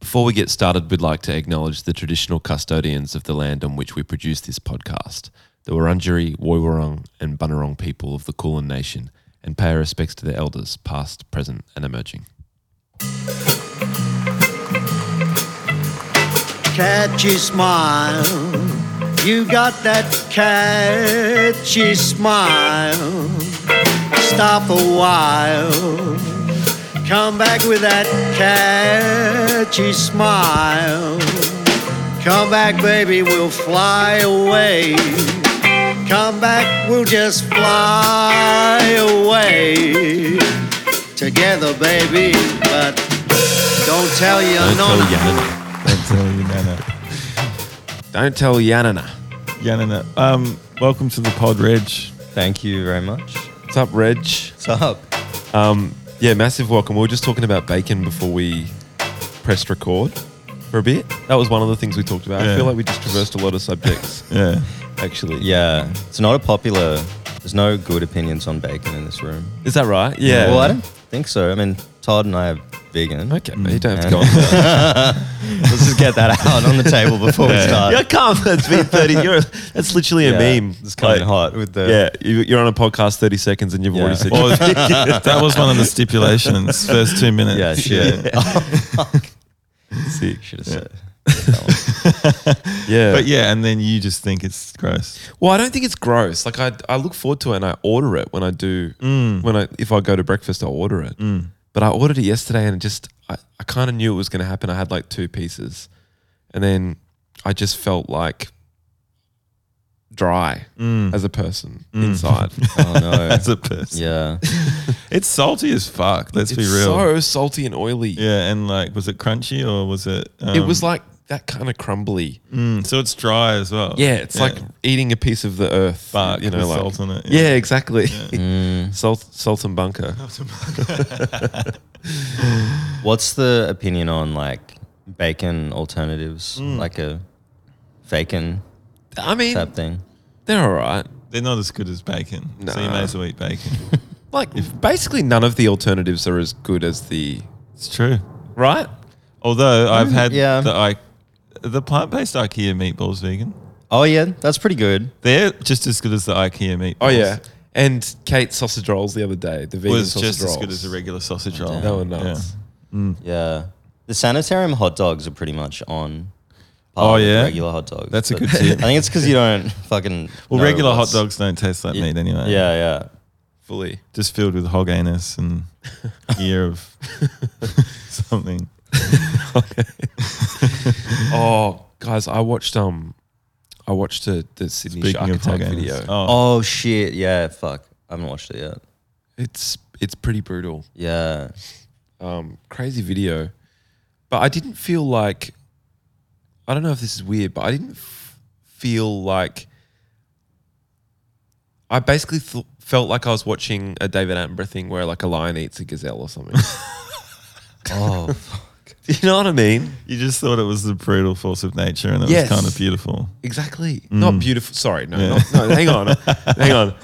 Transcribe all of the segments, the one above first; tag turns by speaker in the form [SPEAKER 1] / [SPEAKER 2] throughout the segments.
[SPEAKER 1] Before we get started, we'd like to acknowledge the traditional custodians of the land on which we produce this podcast, the Wurundjeri, Woiwurrung, and Bunurong people of the Kulin Nation, and pay our respects to their elders, past, present, and emerging.
[SPEAKER 2] catchy smile. You got that catchy smile. Stop a while. Come back with that catchy smile. Come back, baby, we'll fly away. Come back, we'll just fly away. Together, baby, but don't tell your
[SPEAKER 1] Don't tell
[SPEAKER 2] nonna.
[SPEAKER 1] Yanana.
[SPEAKER 3] Don't tell you, Nana.
[SPEAKER 1] Don't tell Yanana.
[SPEAKER 3] Yanana. Um, welcome to the pod, Reg.
[SPEAKER 4] Thank you very much.
[SPEAKER 1] What's up, Reg?
[SPEAKER 4] What's up?
[SPEAKER 1] Yeah, massive welcome. We were just talking about bacon before we pressed record for a bit. That was one of the things we talked about. I
[SPEAKER 3] Yeah.
[SPEAKER 1] feel like we just traversed a lot of subjects,
[SPEAKER 3] Yeah.
[SPEAKER 1] actually.
[SPEAKER 4] Yeah, it's not a popular. There's no good opinions on bacon in this room.
[SPEAKER 1] Is that right? Yeah.
[SPEAKER 4] Well, I don't think so. I mean, Todd and I are vegan.
[SPEAKER 1] Okay, but you don't have to
[SPEAKER 4] And-
[SPEAKER 1] go on.
[SPEAKER 4] Let's just get that out on the table before we start.
[SPEAKER 1] Yeah, come. That's been 30 euros. That's literally a
[SPEAKER 4] Yeah,
[SPEAKER 1] meme.
[SPEAKER 4] It's coming
[SPEAKER 1] Like,
[SPEAKER 4] hot with the.
[SPEAKER 1] Yeah, you- you're on a podcast 30 seconds and you've
[SPEAKER 4] Yeah.
[SPEAKER 1] already said
[SPEAKER 3] Or that was one of the stipulations. First two minutes.
[SPEAKER 4] Yeah, shit.
[SPEAKER 1] sick.
[SPEAKER 4] Should have said. that one.
[SPEAKER 1] Yeah.
[SPEAKER 3] But yeah, and then you just think it's gross.
[SPEAKER 1] well, I don't think it's gross. Like I, I look forward to it and I order it when I do. When I, if I go to breakfast, I'll order it. But I ordered it yesterday and it just, I, I kind of knew it was going to happen. I had like two pieces, and then I just felt like dry as a person inside.
[SPEAKER 4] Oh no.
[SPEAKER 3] As a person.
[SPEAKER 4] Yeah.
[SPEAKER 3] It's salty as fuck. Let's be
[SPEAKER 1] It's
[SPEAKER 3] real.
[SPEAKER 1] so salty and oily.
[SPEAKER 3] yeah, and like, was it crunchy or was it? Um,
[SPEAKER 1] It was like that kind of crumbly.
[SPEAKER 3] mm, so it's dry as well.
[SPEAKER 1] Yeah, it's like eating a piece of the earth.
[SPEAKER 3] bark.
[SPEAKER 1] you know,
[SPEAKER 3] with
[SPEAKER 1] like
[SPEAKER 3] salt on it.
[SPEAKER 1] yeah. exactly.
[SPEAKER 4] Mm.
[SPEAKER 1] Salt, salt and bunker.
[SPEAKER 4] What's the opinion on like bacon alternatives,
[SPEAKER 1] Mm.
[SPEAKER 4] like a fakin
[SPEAKER 1] I mean,
[SPEAKER 4] type thing?
[SPEAKER 1] they're all right.
[SPEAKER 3] They're not as good as bacon, so you
[SPEAKER 1] Nah.
[SPEAKER 3] may as well eat bacon.
[SPEAKER 1] Like basically, none of the alternatives are as good as the
[SPEAKER 3] it's true.
[SPEAKER 1] right.
[SPEAKER 3] Although
[SPEAKER 1] Mm,
[SPEAKER 3] I've had
[SPEAKER 4] yeah.
[SPEAKER 3] the I, the plant-based IKEA meatballs vegan.
[SPEAKER 4] Oh yeah, that's pretty good.
[SPEAKER 3] They're just as good as the IKEA meatballs.
[SPEAKER 1] Oh yeah, and Kate's sausage rolls the other day. The vegan
[SPEAKER 3] was
[SPEAKER 1] sausage
[SPEAKER 3] just
[SPEAKER 1] rolls.
[SPEAKER 3] as good as a regular sausage roll.
[SPEAKER 1] They were nuts.
[SPEAKER 4] Yeah. The sanitarium hot dogs are pretty much on
[SPEAKER 3] Oh,
[SPEAKER 4] par with
[SPEAKER 3] yeah?
[SPEAKER 4] regular hot dogs.
[SPEAKER 3] That's a
[SPEAKER 4] but
[SPEAKER 3] good tip.
[SPEAKER 4] I think it's because you don't fucking.
[SPEAKER 3] Well,
[SPEAKER 4] know
[SPEAKER 3] regular hot
[SPEAKER 4] what's-
[SPEAKER 3] dogs don't taste like meat anyway.
[SPEAKER 4] Yeah, yeah.
[SPEAKER 1] Fully.
[SPEAKER 3] just filled with hog anus and ear of something.
[SPEAKER 1] Oh, guys, I watched um, I watched a, the Sydney Shark
[SPEAKER 3] Speaking of
[SPEAKER 1] Attack
[SPEAKER 3] hog anus,
[SPEAKER 1] video.
[SPEAKER 3] oh,
[SPEAKER 4] Oh shit! Yeah, fuck. I haven't watched it yet.
[SPEAKER 1] It's it's pretty brutal.
[SPEAKER 4] Yeah.
[SPEAKER 1] um, crazy video, but I didn't feel like I don't know if this is weird, but I didn't f- feel like I basically th- felt like I was watching a David Attenborough thing where like a lion eats a gazelle or something.
[SPEAKER 4] Oh, fuck.
[SPEAKER 1] you know what I mean?
[SPEAKER 3] you just thought it was the brutal force of nature, and it
[SPEAKER 1] Yes.
[SPEAKER 3] was kind of beautiful.
[SPEAKER 1] Exactly. Not beautiful. Sorry, no,
[SPEAKER 3] Mm. Yeah.
[SPEAKER 1] not, no. Hang on, hang on.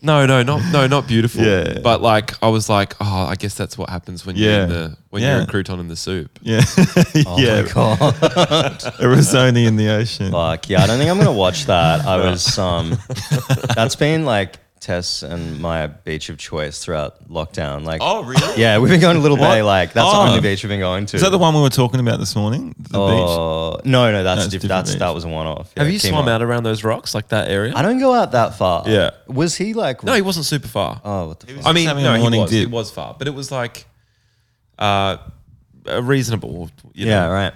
[SPEAKER 1] No, no, not no, not beautiful.
[SPEAKER 3] Yeah.
[SPEAKER 1] But like, I was like, oh, I guess that's what happens when you're
[SPEAKER 3] Yeah.
[SPEAKER 1] in the when you're
[SPEAKER 3] Yeah.
[SPEAKER 1] a crouton in the soup.
[SPEAKER 3] Yeah,
[SPEAKER 1] Oh
[SPEAKER 3] yeah.
[SPEAKER 4] God.
[SPEAKER 3] It was only in the ocean.
[SPEAKER 4] Fuck yeah! I don't think I'm gonna watch that. I was um, that's been like Tess and my beach of choice throughout lockdown. Like,
[SPEAKER 3] Oh, really?
[SPEAKER 4] yeah, we've been going to Little Bay. Like, that's
[SPEAKER 3] Oh.
[SPEAKER 4] the only beach we've been going to.
[SPEAKER 3] Is that the one we were talking about this morning? The beach.
[SPEAKER 4] Oh no, no, that's
[SPEAKER 3] That's
[SPEAKER 4] diff-
[SPEAKER 3] different
[SPEAKER 4] that's
[SPEAKER 3] beach.
[SPEAKER 4] that was a one off.
[SPEAKER 1] Have you swum out around those rocks like that area?
[SPEAKER 4] I don't go out that far.
[SPEAKER 3] Yeah.
[SPEAKER 4] Was he like?
[SPEAKER 1] no, he wasn't super far.
[SPEAKER 4] oh, what the fuck?
[SPEAKER 1] I mean,
[SPEAKER 3] having
[SPEAKER 1] no,
[SPEAKER 3] a
[SPEAKER 1] he
[SPEAKER 3] morning
[SPEAKER 1] was.
[SPEAKER 3] dip.
[SPEAKER 1] It was far, but it was like uh, a reasonable. You know?
[SPEAKER 4] Yeah, right.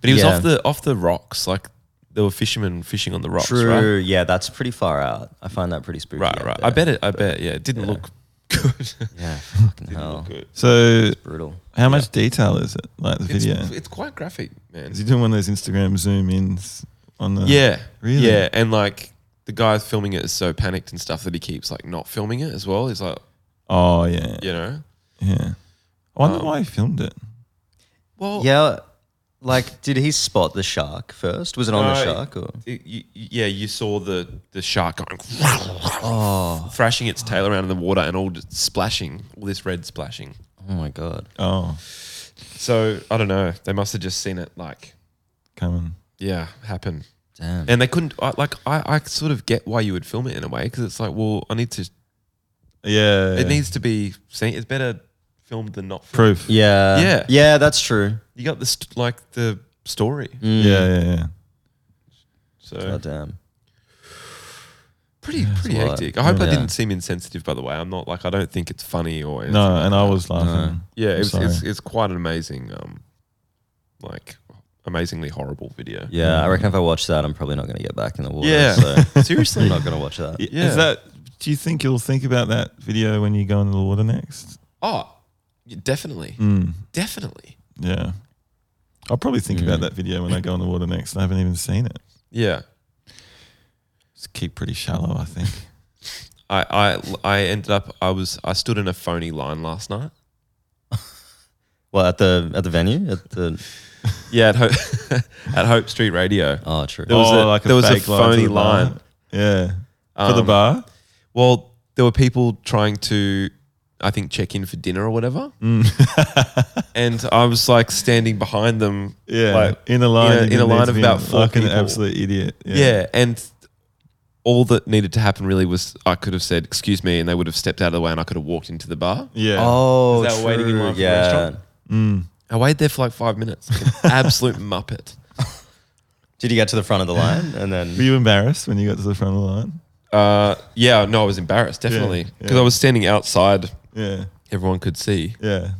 [SPEAKER 1] But he was
[SPEAKER 4] Yeah.
[SPEAKER 1] off the off the rocks. Like there were fishermen fishing on the rocks. Right.
[SPEAKER 4] True. Yeah, that's pretty far out. I find that pretty spooky.
[SPEAKER 1] Right.
[SPEAKER 4] out
[SPEAKER 1] Right.
[SPEAKER 4] there.
[SPEAKER 1] I bet it. I bet. Yeah. It didn't look good.
[SPEAKER 4] Yeah. Fucking hell.
[SPEAKER 3] So,
[SPEAKER 4] Brutal.
[SPEAKER 3] how much detail is it? Like the
[SPEAKER 1] It's,
[SPEAKER 3] video?
[SPEAKER 1] it's quite graphic, man.
[SPEAKER 3] Is he doing one of those Instagram zoom ins on the?
[SPEAKER 1] Yeah.
[SPEAKER 3] Really?
[SPEAKER 1] Yeah. And like the guy filming it is so panicked and stuff that he keeps like not filming it as well. He's like,
[SPEAKER 3] Oh yeah. Yeah.
[SPEAKER 1] you know,
[SPEAKER 3] I wonder why he filmed it.
[SPEAKER 1] well,
[SPEAKER 4] Yeah. Like, did he spot the shark first? Was it on
[SPEAKER 1] No.
[SPEAKER 4] the shark or?
[SPEAKER 1] it- you, you- yeah, you saw the the shark going,
[SPEAKER 4] Oh.
[SPEAKER 1] thrashing its tail around in the water and all just splashing, all this red splashing.
[SPEAKER 4] Oh my god.
[SPEAKER 3] Oh.
[SPEAKER 1] So I don't know. They must have just seen it like
[SPEAKER 3] coming.
[SPEAKER 1] yeah happen.
[SPEAKER 4] Damn.
[SPEAKER 1] And they couldn't I, like I, I sort of get why you would film it in a way because it's like well I need to
[SPEAKER 3] Yeah.
[SPEAKER 1] it needs to be seen. It's better filmed than not filmed.
[SPEAKER 3] proof.
[SPEAKER 4] yeah.
[SPEAKER 1] Yeah.
[SPEAKER 4] Yeah, that's true.
[SPEAKER 1] You got this like the story.
[SPEAKER 4] Mm.
[SPEAKER 3] Yeah, yeah, yeah.
[SPEAKER 1] So
[SPEAKER 4] God damn.
[SPEAKER 1] pretty pretty
[SPEAKER 4] a lot.
[SPEAKER 1] hectic. I hope I
[SPEAKER 4] Yeah.
[SPEAKER 1] didn't seem insensitive. By the way, I'm not like I don't think it's funny or anything
[SPEAKER 3] No,
[SPEAKER 1] like
[SPEAKER 3] and I
[SPEAKER 1] that.
[SPEAKER 3] was laughing.
[SPEAKER 1] yeah.
[SPEAKER 3] I'm
[SPEAKER 1] It's, it's
[SPEAKER 3] sorry.
[SPEAKER 1] it's quite an amazing um like amazingly horrible video.
[SPEAKER 4] Yeah, I reckon if I watch that, I'm probably not going to get back in the water.
[SPEAKER 1] Yeah.
[SPEAKER 4] So
[SPEAKER 1] Seriously.
[SPEAKER 4] I'm not going to watch that.
[SPEAKER 3] Y-
[SPEAKER 1] Yeah.
[SPEAKER 3] Is that? Do you think you'll think about that video when you go into the water next?
[SPEAKER 1] Oh, yeah, definitely,
[SPEAKER 3] Mm,
[SPEAKER 1] definitely.
[SPEAKER 3] yeah. I'll probably think about that video when I go in the water next. I haven't even seen it.
[SPEAKER 1] Yeah.
[SPEAKER 3] Just keep pretty shallow, I think.
[SPEAKER 1] I, I I ended up I was I stood in a phony line last night.
[SPEAKER 4] Well, at the at the venue, at the
[SPEAKER 1] Yeah, at Hope, at Hope Street Radio.
[SPEAKER 4] oh, true.
[SPEAKER 1] There was a- there was a
[SPEAKER 3] fake line to
[SPEAKER 1] phony
[SPEAKER 3] the bar.
[SPEAKER 1] line.
[SPEAKER 3] Yeah. For the
[SPEAKER 1] Um,
[SPEAKER 3] bar?
[SPEAKER 1] Well, there were people trying to, I think, check in for dinner or whatever, and I was like standing behind them.
[SPEAKER 3] Yeah.
[SPEAKER 1] like,
[SPEAKER 3] in a
[SPEAKER 1] in
[SPEAKER 3] line.
[SPEAKER 1] a-
[SPEAKER 3] you
[SPEAKER 1] in a
[SPEAKER 3] need
[SPEAKER 1] line
[SPEAKER 3] to
[SPEAKER 1] of
[SPEAKER 3] be
[SPEAKER 1] about four
[SPEAKER 3] Like an
[SPEAKER 1] people.
[SPEAKER 3] absolute idiot.
[SPEAKER 1] yeah. and all that needed to happen really was I could have said "excuse me" and they would have stepped out of the way and I could have walked into the bar.
[SPEAKER 3] Yeah.
[SPEAKER 4] Oh,
[SPEAKER 1] Is that
[SPEAKER 4] true.
[SPEAKER 1] waiting in line for the
[SPEAKER 4] yeah.
[SPEAKER 1] restaurant? I waited there for like five minutes. Like an absolute muppet.
[SPEAKER 4] Did you get to the front of the line and
[SPEAKER 3] Were
[SPEAKER 4] then?
[SPEAKER 3] you embarrassed when you got to the front of the line?
[SPEAKER 1] Uh, yeah, no, I was embarrassed definitely because
[SPEAKER 3] yeah.
[SPEAKER 1] I was standing outside.
[SPEAKER 3] Yeah.
[SPEAKER 1] Everyone could see
[SPEAKER 3] Yeah.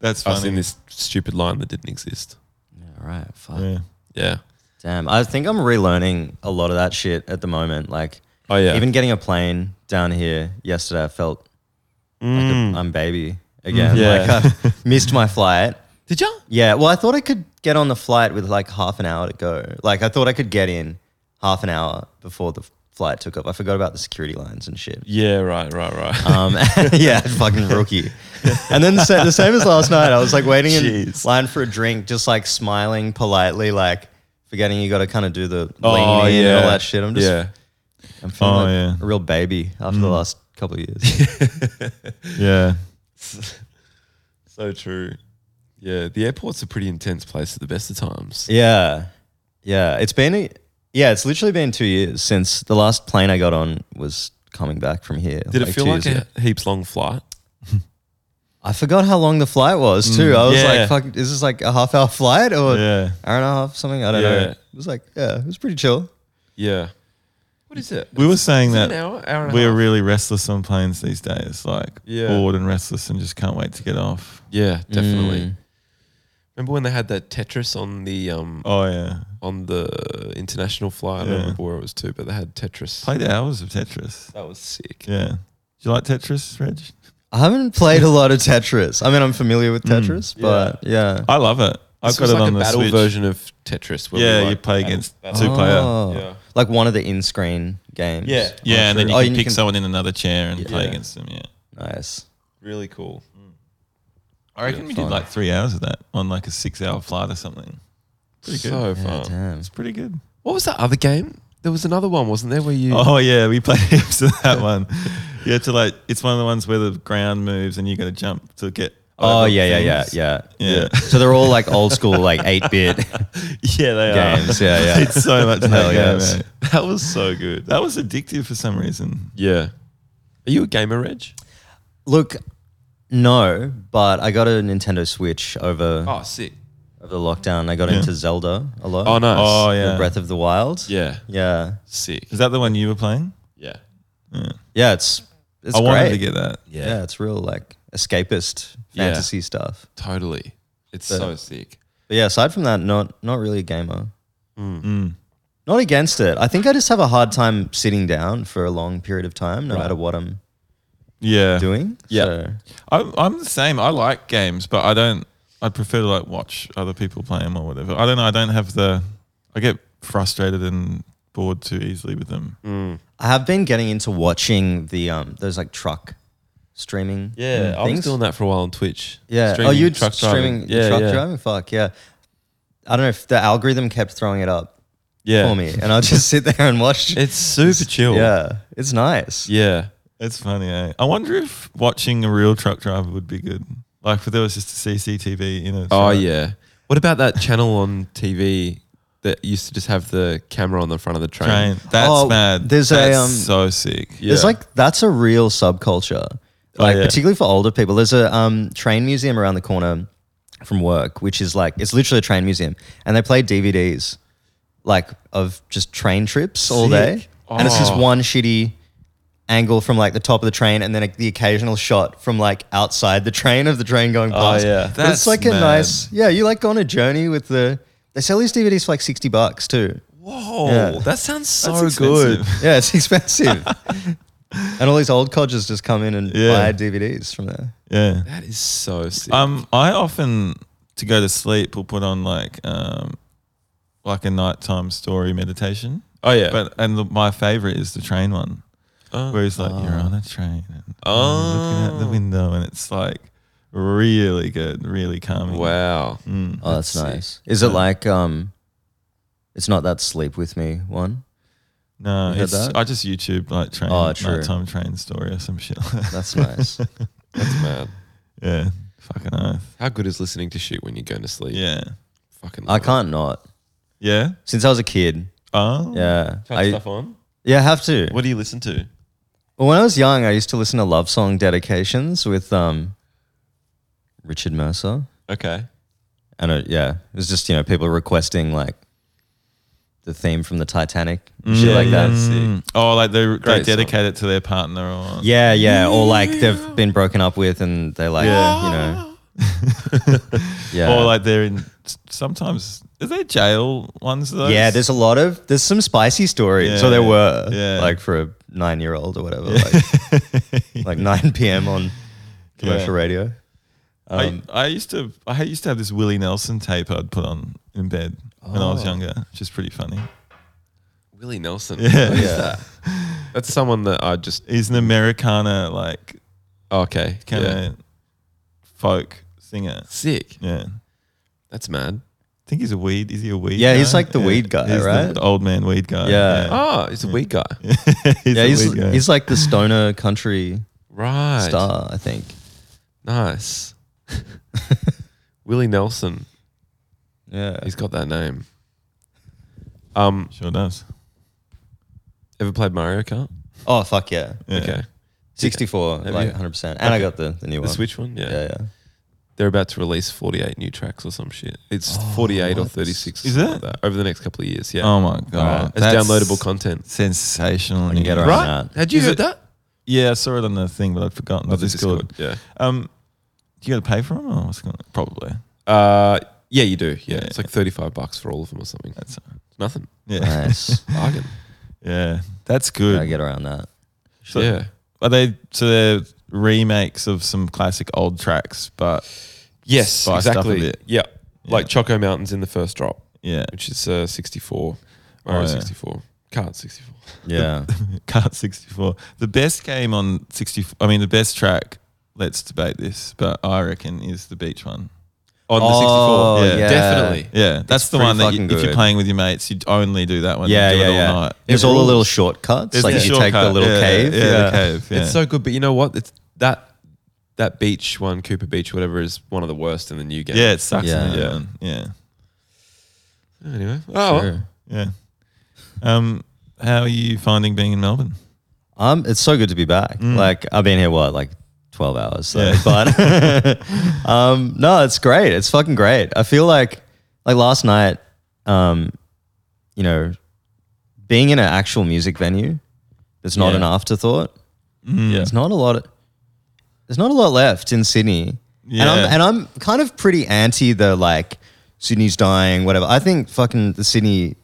[SPEAKER 3] That's
[SPEAKER 1] us
[SPEAKER 3] funny.
[SPEAKER 1] in this stupid line that didn't exist.
[SPEAKER 4] Yeah, right. Fuck.
[SPEAKER 3] yeah.
[SPEAKER 1] Yeah.
[SPEAKER 4] Damn. I think I'm relearning a lot of that shit at the moment. Like,
[SPEAKER 1] Oh yeah.
[SPEAKER 4] even getting a plane down here yesterday, I felt like a, I'm baby again.
[SPEAKER 1] Mm. Yeah.
[SPEAKER 4] Like I missed my flight.
[SPEAKER 1] did you?
[SPEAKER 4] Yeah. Well, I thought I could get on the flight with like half an hour to go. Like I thought I could get in half an hour before the flight took off. I forgot about the security lines and shit.
[SPEAKER 1] Yeah. Right. Right. Right.
[SPEAKER 4] Um, yeah, fucking rookie. And then the same, the same as last night, I was like waiting in line for a drink, just like smiling politely, like forgetting you got to kind of do the
[SPEAKER 1] oh
[SPEAKER 4] leaning in
[SPEAKER 1] yeah.
[SPEAKER 4] and all that shit. I'm just,
[SPEAKER 1] yeah. Mm.
[SPEAKER 4] I'm feeling
[SPEAKER 3] Oh,
[SPEAKER 4] like
[SPEAKER 3] yeah.
[SPEAKER 4] a real baby after the last couple of years.
[SPEAKER 3] Yeah.
[SPEAKER 1] So true. Yeah, the airport's a pretty intense place at the best of times.
[SPEAKER 4] yeah, yeah. It's been, a, yeah, it's literally been two years since the last plane I got on was coming back from here.
[SPEAKER 1] Did it
[SPEAKER 4] two
[SPEAKER 1] feel like
[SPEAKER 4] years ago.
[SPEAKER 1] a heaps long flight?
[SPEAKER 4] I forgot how long the flight was too. I was
[SPEAKER 1] Mm. yeah.
[SPEAKER 4] like, fuck, is this like a half hour flight or
[SPEAKER 3] Yeah.
[SPEAKER 4] hour and a half, something? I don't know.
[SPEAKER 1] Yeah.
[SPEAKER 4] It was like, yeah, it was pretty chill.
[SPEAKER 1] Yeah. What is it?
[SPEAKER 3] We were saying
[SPEAKER 1] Is it
[SPEAKER 3] that
[SPEAKER 1] an hour, hour and a
[SPEAKER 3] we're
[SPEAKER 1] half?
[SPEAKER 3] really restless on planes these days, like
[SPEAKER 1] Yeah.
[SPEAKER 3] bored and restless and just can't wait to get off.
[SPEAKER 4] Mm.
[SPEAKER 1] yeah, definitely. Remember when they had that Tetris on the um
[SPEAKER 3] Oh, yeah.
[SPEAKER 1] on the international flight? I don't
[SPEAKER 3] Yeah.
[SPEAKER 1] remember where it was to, but they had Tetris.
[SPEAKER 3] Played hours of Tetris.
[SPEAKER 1] That was sick.
[SPEAKER 3] Yeah. Do you like Tetris, Reg?
[SPEAKER 4] I haven't played a lot of Tetris. I mean, I'm familiar with
[SPEAKER 3] Mm.
[SPEAKER 4] Tetris, but yeah.
[SPEAKER 3] I love it. I've
[SPEAKER 1] This
[SPEAKER 3] got
[SPEAKER 1] was
[SPEAKER 3] it
[SPEAKER 1] like
[SPEAKER 3] on
[SPEAKER 1] a
[SPEAKER 3] the
[SPEAKER 1] battle
[SPEAKER 3] Switch.
[SPEAKER 1] version of Tetris. Where
[SPEAKER 3] Yeah,
[SPEAKER 1] we, like,
[SPEAKER 3] you play
[SPEAKER 1] battle-
[SPEAKER 3] against
[SPEAKER 1] battle-
[SPEAKER 3] two player.
[SPEAKER 4] Oh.
[SPEAKER 1] Yeah.
[SPEAKER 4] Like one of the in-screen games.
[SPEAKER 1] Yeah.
[SPEAKER 3] Yeah, and then you
[SPEAKER 4] Oh,
[SPEAKER 3] can
[SPEAKER 4] and
[SPEAKER 3] pick
[SPEAKER 4] you can-
[SPEAKER 3] someone in another chair and play
[SPEAKER 1] Yeah.
[SPEAKER 3] against them. Yeah,
[SPEAKER 4] Nice.
[SPEAKER 1] Really cool.
[SPEAKER 3] I reckon we
[SPEAKER 4] fun.
[SPEAKER 3] did like three hours of that on like a six-hour flight or something. Pretty good.
[SPEAKER 1] So
[SPEAKER 4] Yeah,
[SPEAKER 1] fun.
[SPEAKER 4] damn.
[SPEAKER 3] it's pretty good.
[SPEAKER 1] What was that other game? There was another one, wasn't there? Where you
[SPEAKER 3] Oh yeah, we played heaps of that one. You had to like, it's one of the ones where the ground moves and you got to jump to get.
[SPEAKER 4] Oh
[SPEAKER 3] over
[SPEAKER 4] yeah, yeah, yeah,
[SPEAKER 3] things.
[SPEAKER 4] yeah,
[SPEAKER 3] Yeah.
[SPEAKER 4] So they're all like old school, like eight bit
[SPEAKER 3] yeah, they are.
[SPEAKER 4] games. Yeah, yeah.
[SPEAKER 3] It's so much in
[SPEAKER 4] Hell
[SPEAKER 3] that game.
[SPEAKER 4] yes.
[SPEAKER 3] mate. That was so good. That was addictive for some reason.
[SPEAKER 1] Yeah. Are you a gamer, Reg?
[SPEAKER 4] Look, no, but I got a Nintendo Switch over
[SPEAKER 1] Oh, sick.
[SPEAKER 4] over the lockdown. I got into Zelda a lot.
[SPEAKER 1] Oh, nice.
[SPEAKER 3] Oh
[SPEAKER 4] The
[SPEAKER 3] yeah,
[SPEAKER 4] Breath of the Wild.
[SPEAKER 1] Yeah.
[SPEAKER 4] Yeah.
[SPEAKER 1] Sick.
[SPEAKER 3] is that the one you were playing?
[SPEAKER 1] Yeah.
[SPEAKER 4] Yeah, it's it's
[SPEAKER 3] I
[SPEAKER 4] great.
[SPEAKER 3] wanted to get that.
[SPEAKER 4] yeah. it's real like escapist
[SPEAKER 1] Yeah.
[SPEAKER 4] fantasy stuff.
[SPEAKER 1] Totally. It's so sick.
[SPEAKER 4] But yeah, aside from that, not not really a gamer.
[SPEAKER 1] Mm.
[SPEAKER 4] Not against it. I think I just have a hard time sitting down for a long period of time, no matter what I'm
[SPEAKER 3] Yeah,
[SPEAKER 4] doing.
[SPEAKER 1] Yeah.
[SPEAKER 4] So,
[SPEAKER 3] I'm, I'm the same. I like games, but I don't. I prefer to like watch other people play them or whatever. I don't know. I don't have the. I get frustrated and bored too easily with them.
[SPEAKER 4] I have been getting into watching the um those like truck streaming.
[SPEAKER 1] Yeah. I was
[SPEAKER 4] things.
[SPEAKER 1] doing that for a while Mm. on Twitch.
[SPEAKER 4] Yeah.
[SPEAKER 1] Streaming
[SPEAKER 4] oh, you
[SPEAKER 1] truck
[SPEAKER 4] streaming
[SPEAKER 1] driving. Yeah.
[SPEAKER 4] truck
[SPEAKER 1] yeah.
[SPEAKER 4] driving? Fuck yeah. I don't know if the algorithm kept throwing it up
[SPEAKER 1] Yeah.
[SPEAKER 4] for me, and I'll just sit there and watch.
[SPEAKER 1] It's super chill.
[SPEAKER 4] yeah, it's nice.
[SPEAKER 1] Yeah.
[SPEAKER 3] It's funny. Eh? I wonder if watching a real truck driver would be good. Like, for there was just a CCTV in it.
[SPEAKER 1] Oh
[SPEAKER 3] so-
[SPEAKER 1] yeah. What about that channel on TV that used to just have the camera on the front of the train?
[SPEAKER 3] Train. That's
[SPEAKER 4] Oh,
[SPEAKER 3] mad.
[SPEAKER 4] there's a,
[SPEAKER 3] That's
[SPEAKER 4] um,
[SPEAKER 3] so sick.
[SPEAKER 1] Yeah.
[SPEAKER 4] It's like that's a real subculture, like
[SPEAKER 3] Oh, yeah.
[SPEAKER 4] particularly for older people. There's a um, train museum around the corner from work, which is like it's literally a train museum, and they play DVDs like of just train trips all day, and it's just
[SPEAKER 1] Oh.
[SPEAKER 4] one shitty angle from like the top of the train, and then the occasional shot from like outside the train of the train going past.
[SPEAKER 3] Oh, yeah.
[SPEAKER 4] But it's
[SPEAKER 3] That's
[SPEAKER 4] like a
[SPEAKER 3] mad.
[SPEAKER 4] nice yeah. You like go on a journey with the they sell these DVDs for like sixty bucks too.
[SPEAKER 1] Whoa,
[SPEAKER 4] Yeah.
[SPEAKER 1] that sounds so
[SPEAKER 3] That's
[SPEAKER 1] good.
[SPEAKER 3] expensive.
[SPEAKER 4] Yeah, it's expensive. and all these old codgers just come in and
[SPEAKER 3] Yeah.
[SPEAKER 4] buy DVDs from there.
[SPEAKER 3] Yeah.
[SPEAKER 1] That is so sick.
[SPEAKER 3] Um, I often to go to sleep will put on like um, like a nighttime story meditation.
[SPEAKER 1] oh yeah.
[SPEAKER 3] But and the, my favorite is the train one,
[SPEAKER 1] Oh.
[SPEAKER 3] where it's like you're
[SPEAKER 4] Ah.
[SPEAKER 3] on a train and
[SPEAKER 1] Oh.
[SPEAKER 3] you're looking out the window, and it's like really good, really calming. Mm.
[SPEAKER 1] wow.
[SPEAKER 4] Oh, that's nice. Is it like um it's not that sleep with me one?
[SPEAKER 3] No,
[SPEAKER 4] You heard
[SPEAKER 3] it's
[SPEAKER 4] that?
[SPEAKER 3] I just YouTube like train
[SPEAKER 4] Oh, true.
[SPEAKER 3] nighttime train story or some shit. like that.
[SPEAKER 4] That's nice.
[SPEAKER 1] That's mad.
[SPEAKER 3] yeah, fucking earth.
[SPEAKER 1] How good is listening to shit when you're going to sleep?
[SPEAKER 3] Yeah,
[SPEAKER 1] Fucking
[SPEAKER 4] I can't not.
[SPEAKER 3] yeah.
[SPEAKER 4] Since I was a kid.
[SPEAKER 3] Oh,
[SPEAKER 4] Yeah.
[SPEAKER 1] Touch
[SPEAKER 4] I,
[SPEAKER 1] stuff on.
[SPEAKER 4] yeah, I have to.
[SPEAKER 1] What do you listen to?
[SPEAKER 4] Well, when I was young, I used to listen to love song dedications with um Richard Mercer.
[SPEAKER 1] Okay.
[SPEAKER 4] And it, yeah, it was just, you know, people requesting like the theme from the Titanic, and shit like that.
[SPEAKER 3] Mm. Oh, like they they
[SPEAKER 1] Great song.
[SPEAKER 3] dedicate it to their partner or
[SPEAKER 4] Yeah, yeah. Or like they've been broken up with and they like,
[SPEAKER 3] Yeah.
[SPEAKER 4] you know. yeah.
[SPEAKER 3] Or like they're in sometimes is there jail ones though?
[SPEAKER 4] yeah, there's a lot of there's some spicy stories.
[SPEAKER 3] Yeah,
[SPEAKER 4] so there were.
[SPEAKER 3] yeah.
[SPEAKER 4] Like for a nine year old or whatever. Like, like nine PM on commercial um, radio.
[SPEAKER 3] I, I used to I had- used to have this Willie Nelson tape I'd put on in bed when
[SPEAKER 4] Oh.
[SPEAKER 3] I was younger, which is pretty funny.
[SPEAKER 1] Willie Nelson.
[SPEAKER 3] Yeah.
[SPEAKER 4] Yeah.
[SPEAKER 1] That's someone that I just oh,
[SPEAKER 3] He's an Americana like
[SPEAKER 1] okay.
[SPEAKER 3] kind
[SPEAKER 1] yeah.
[SPEAKER 3] of folk singer.
[SPEAKER 1] Sick.
[SPEAKER 3] Yeah.
[SPEAKER 1] That's mad.
[SPEAKER 3] I think he's a weed. Is he a weed?
[SPEAKER 4] Yeah,
[SPEAKER 3] guy?
[SPEAKER 4] he's like the weed guy,
[SPEAKER 3] he's
[SPEAKER 4] right?
[SPEAKER 3] The old man weed guy.
[SPEAKER 4] Yeah.
[SPEAKER 1] Oh, he's a weak guy.
[SPEAKER 3] he's
[SPEAKER 4] Yeah,
[SPEAKER 3] the
[SPEAKER 4] he's
[SPEAKER 3] weed guy.
[SPEAKER 4] he's like the stoner country
[SPEAKER 1] Right.
[SPEAKER 4] star, I think.
[SPEAKER 1] Nice. Willie Nelson.
[SPEAKER 4] Yeah.
[SPEAKER 1] He's got that name. Um,
[SPEAKER 3] sure does.
[SPEAKER 1] ever played Mario Kart?
[SPEAKER 4] Oh fuck yeah.
[SPEAKER 3] Yeah.
[SPEAKER 1] Okay.
[SPEAKER 4] Sixty four,
[SPEAKER 1] Have
[SPEAKER 4] like
[SPEAKER 1] you?
[SPEAKER 4] hundred percent. And I got the, the new
[SPEAKER 1] The
[SPEAKER 4] one.
[SPEAKER 1] Switch one? Yeah.
[SPEAKER 4] Yeah, yeah.
[SPEAKER 1] They're about to release 48 new tracks or some shit. It's 48 or 36 or
[SPEAKER 3] Oh, Is
[SPEAKER 1] something
[SPEAKER 3] it?
[SPEAKER 1] like that, over the next couple of years. Yeah.
[SPEAKER 3] Oh my god,
[SPEAKER 1] As downloadable content.
[SPEAKER 3] sensational.
[SPEAKER 4] When you get
[SPEAKER 3] news.
[SPEAKER 4] around
[SPEAKER 1] Right?
[SPEAKER 4] that.
[SPEAKER 1] Had you
[SPEAKER 3] Is
[SPEAKER 1] heard
[SPEAKER 3] it-
[SPEAKER 1] that?
[SPEAKER 3] Yeah, I saw it on the thing, but I'd forgotten.
[SPEAKER 1] Oh,
[SPEAKER 3] the Discord.
[SPEAKER 1] Yeah.
[SPEAKER 3] Um, do you got to pay for them or what's going on? Probably.
[SPEAKER 1] Uh, yeah, you do. Yeah.
[SPEAKER 3] Yeah.
[SPEAKER 1] It's like 35 bucks for all of them or something.
[SPEAKER 3] That's
[SPEAKER 1] Nothing.
[SPEAKER 3] yeah,
[SPEAKER 4] Nice.
[SPEAKER 1] Bargain.
[SPEAKER 3] yeah. That's
[SPEAKER 4] I
[SPEAKER 3] good.
[SPEAKER 4] get around that.
[SPEAKER 3] So-
[SPEAKER 1] yeah.
[SPEAKER 3] Are they so they're remakes of some classic old tracks? But
[SPEAKER 1] Yes,
[SPEAKER 3] spiced up a
[SPEAKER 1] exactly.
[SPEAKER 3] bit.
[SPEAKER 1] Yeah. Like
[SPEAKER 3] Yeah.
[SPEAKER 1] Choco Mountains in the first drop,
[SPEAKER 3] yeah,
[SPEAKER 1] which is uh, 64. Mario
[SPEAKER 4] Oh,
[SPEAKER 3] yeah.
[SPEAKER 1] 64. Kart 64.
[SPEAKER 4] Yeah.
[SPEAKER 3] Kart sixty four. The best game on sixty four. I mean, the best track. Let's debate this, but I reckon is the beach one.
[SPEAKER 1] On
[SPEAKER 4] Oh,
[SPEAKER 1] the 64.
[SPEAKER 4] yeah.
[SPEAKER 1] Definitely.
[SPEAKER 3] Yeah, that's
[SPEAKER 4] It's
[SPEAKER 3] the
[SPEAKER 4] pretty
[SPEAKER 3] one that you,
[SPEAKER 4] fucking
[SPEAKER 3] if you're
[SPEAKER 4] good.
[SPEAKER 3] playing with your mates, you only do that one. You
[SPEAKER 4] Yeah,
[SPEAKER 3] do it
[SPEAKER 4] yeah,
[SPEAKER 3] all
[SPEAKER 4] yeah.
[SPEAKER 3] night.
[SPEAKER 4] There's
[SPEAKER 1] It
[SPEAKER 4] all the
[SPEAKER 1] rules.
[SPEAKER 4] little shortcuts.
[SPEAKER 3] There's
[SPEAKER 4] like
[SPEAKER 3] the
[SPEAKER 4] you take the
[SPEAKER 3] shortcut.
[SPEAKER 4] little
[SPEAKER 3] Yeah,
[SPEAKER 4] cave.
[SPEAKER 3] Yeah, the cave. Yeah.
[SPEAKER 1] It's so good, but you know what? It's that that beach one, Cooper Beach, whatever, is one of the worst in the new game.
[SPEAKER 3] yeah, it sucks.
[SPEAKER 4] Yeah.
[SPEAKER 3] Yeah,
[SPEAKER 1] Yeah.
[SPEAKER 3] yeah, yeah.
[SPEAKER 1] Anyway, oh, well.
[SPEAKER 4] Sure.
[SPEAKER 3] yeah. Um, how are you finding being in Melbourne?
[SPEAKER 4] Um, it's so good to be back. Like I've been here what, like twelve hours. So,
[SPEAKER 3] Mm. Yeah.
[SPEAKER 4] but um, no, it's great. It's fucking great. I feel like like last night, um, you know, being in an actual music venue, it's not
[SPEAKER 3] Yeah. Mm.
[SPEAKER 4] an afterthought.
[SPEAKER 1] Yeah.
[SPEAKER 4] It's not a lot. there's not a lot left in Sydney. And
[SPEAKER 3] Yeah.
[SPEAKER 4] I'm and I'm kind of pretty anti the like Sydney's dying, whatever. I think fucking the Sydney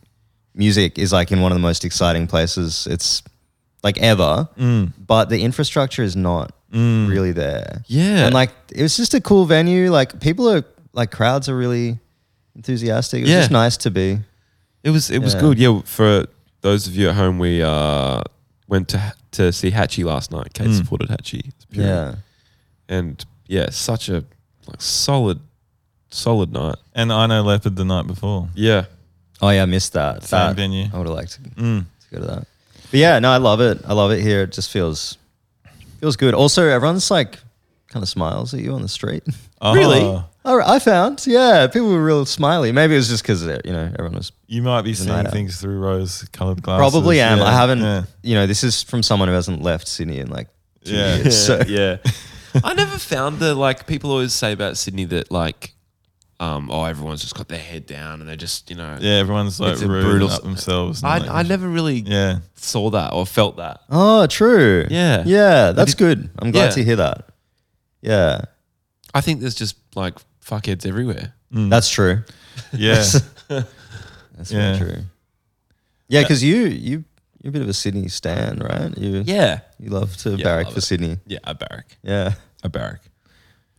[SPEAKER 4] music is like in one of the most exciting places it's like ever.
[SPEAKER 3] Mm.
[SPEAKER 4] But the infrastructure is not really there.
[SPEAKER 1] Yeah.
[SPEAKER 4] And like it was just a cool venue. Like people are like crowds are really enthusiastic. It was
[SPEAKER 1] Yeah.
[SPEAKER 4] just nice to be.
[SPEAKER 1] it was it was
[SPEAKER 4] Yeah.
[SPEAKER 1] good. Yeah, for those of you at home, we uh, went to to see Hatchie last night. Kate supported Hatchie, It's beautiful.
[SPEAKER 4] Hmm. Yeah.
[SPEAKER 1] and yeah, such a like solid, solid night.
[SPEAKER 3] And I know Leopard the night before.
[SPEAKER 1] Yeah,
[SPEAKER 4] Oh yeah, I missed that.
[SPEAKER 3] Same
[SPEAKER 4] That-
[SPEAKER 3] venue. Mm.
[SPEAKER 4] I would have liked to, to go to that. But yeah, no, I love it. I love it here. It just feels feels good. Also, everyone's like kind of smiles at you on the street.
[SPEAKER 3] Ah,
[SPEAKER 1] Really?
[SPEAKER 4] All right, I found, yeah, people were real smiley. Maybe it was just because you know everyone was
[SPEAKER 3] You might be
[SPEAKER 4] night
[SPEAKER 3] seeing
[SPEAKER 4] out.
[SPEAKER 3] things through rose-colored glasses.
[SPEAKER 4] probably am.
[SPEAKER 3] Yeah,
[SPEAKER 4] I haven't,
[SPEAKER 3] Yeah.
[SPEAKER 4] you know, this is from someone who hasn't left Sydney in like two
[SPEAKER 3] Yeah.
[SPEAKER 4] years. So
[SPEAKER 1] yeah. I never found the like people always say about Sydney that like, um, oh, everyone's just got their head down and they're just you know.
[SPEAKER 3] Yeah, everyone's like
[SPEAKER 1] It's a
[SPEAKER 3] rude
[SPEAKER 1] brutal
[SPEAKER 3] brutal
[SPEAKER 1] s-
[SPEAKER 3] up themselves. and,
[SPEAKER 1] I,
[SPEAKER 3] like-
[SPEAKER 1] I never really
[SPEAKER 3] Yeah,
[SPEAKER 1] saw that or felt that.
[SPEAKER 4] Oh, true.
[SPEAKER 1] Yeah.
[SPEAKER 4] Yeah, that's good. I'm glad
[SPEAKER 1] Yeah.
[SPEAKER 4] to hear that. Yeah,
[SPEAKER 1] I think there's just like fuckheads everywhere.
[SPEAKER 4] that's true.
[SPEAKER 3] yeah.
[SPEAKER 4] That's
[SPEAKER 3] Yeah.
[SPEAKER 4] very true. Yeah, because you you you're a bit of a Sydney stan, right? You
[SPEAKER 1] Yeah.
[SPEAKER 4] you love to
[SPEAKER 1] Yeah,
[SPEAKER 4] barrack
[SPEAKER 1] love
[SPEAKER 4] for
[SPEAKER 1] it.
[SPEAKER 4] Sydney.
[SPEAKER 1] Yeah, a barrack.
[SPEAKER 4] Yeah.
[SPEAKER 1] A barrack.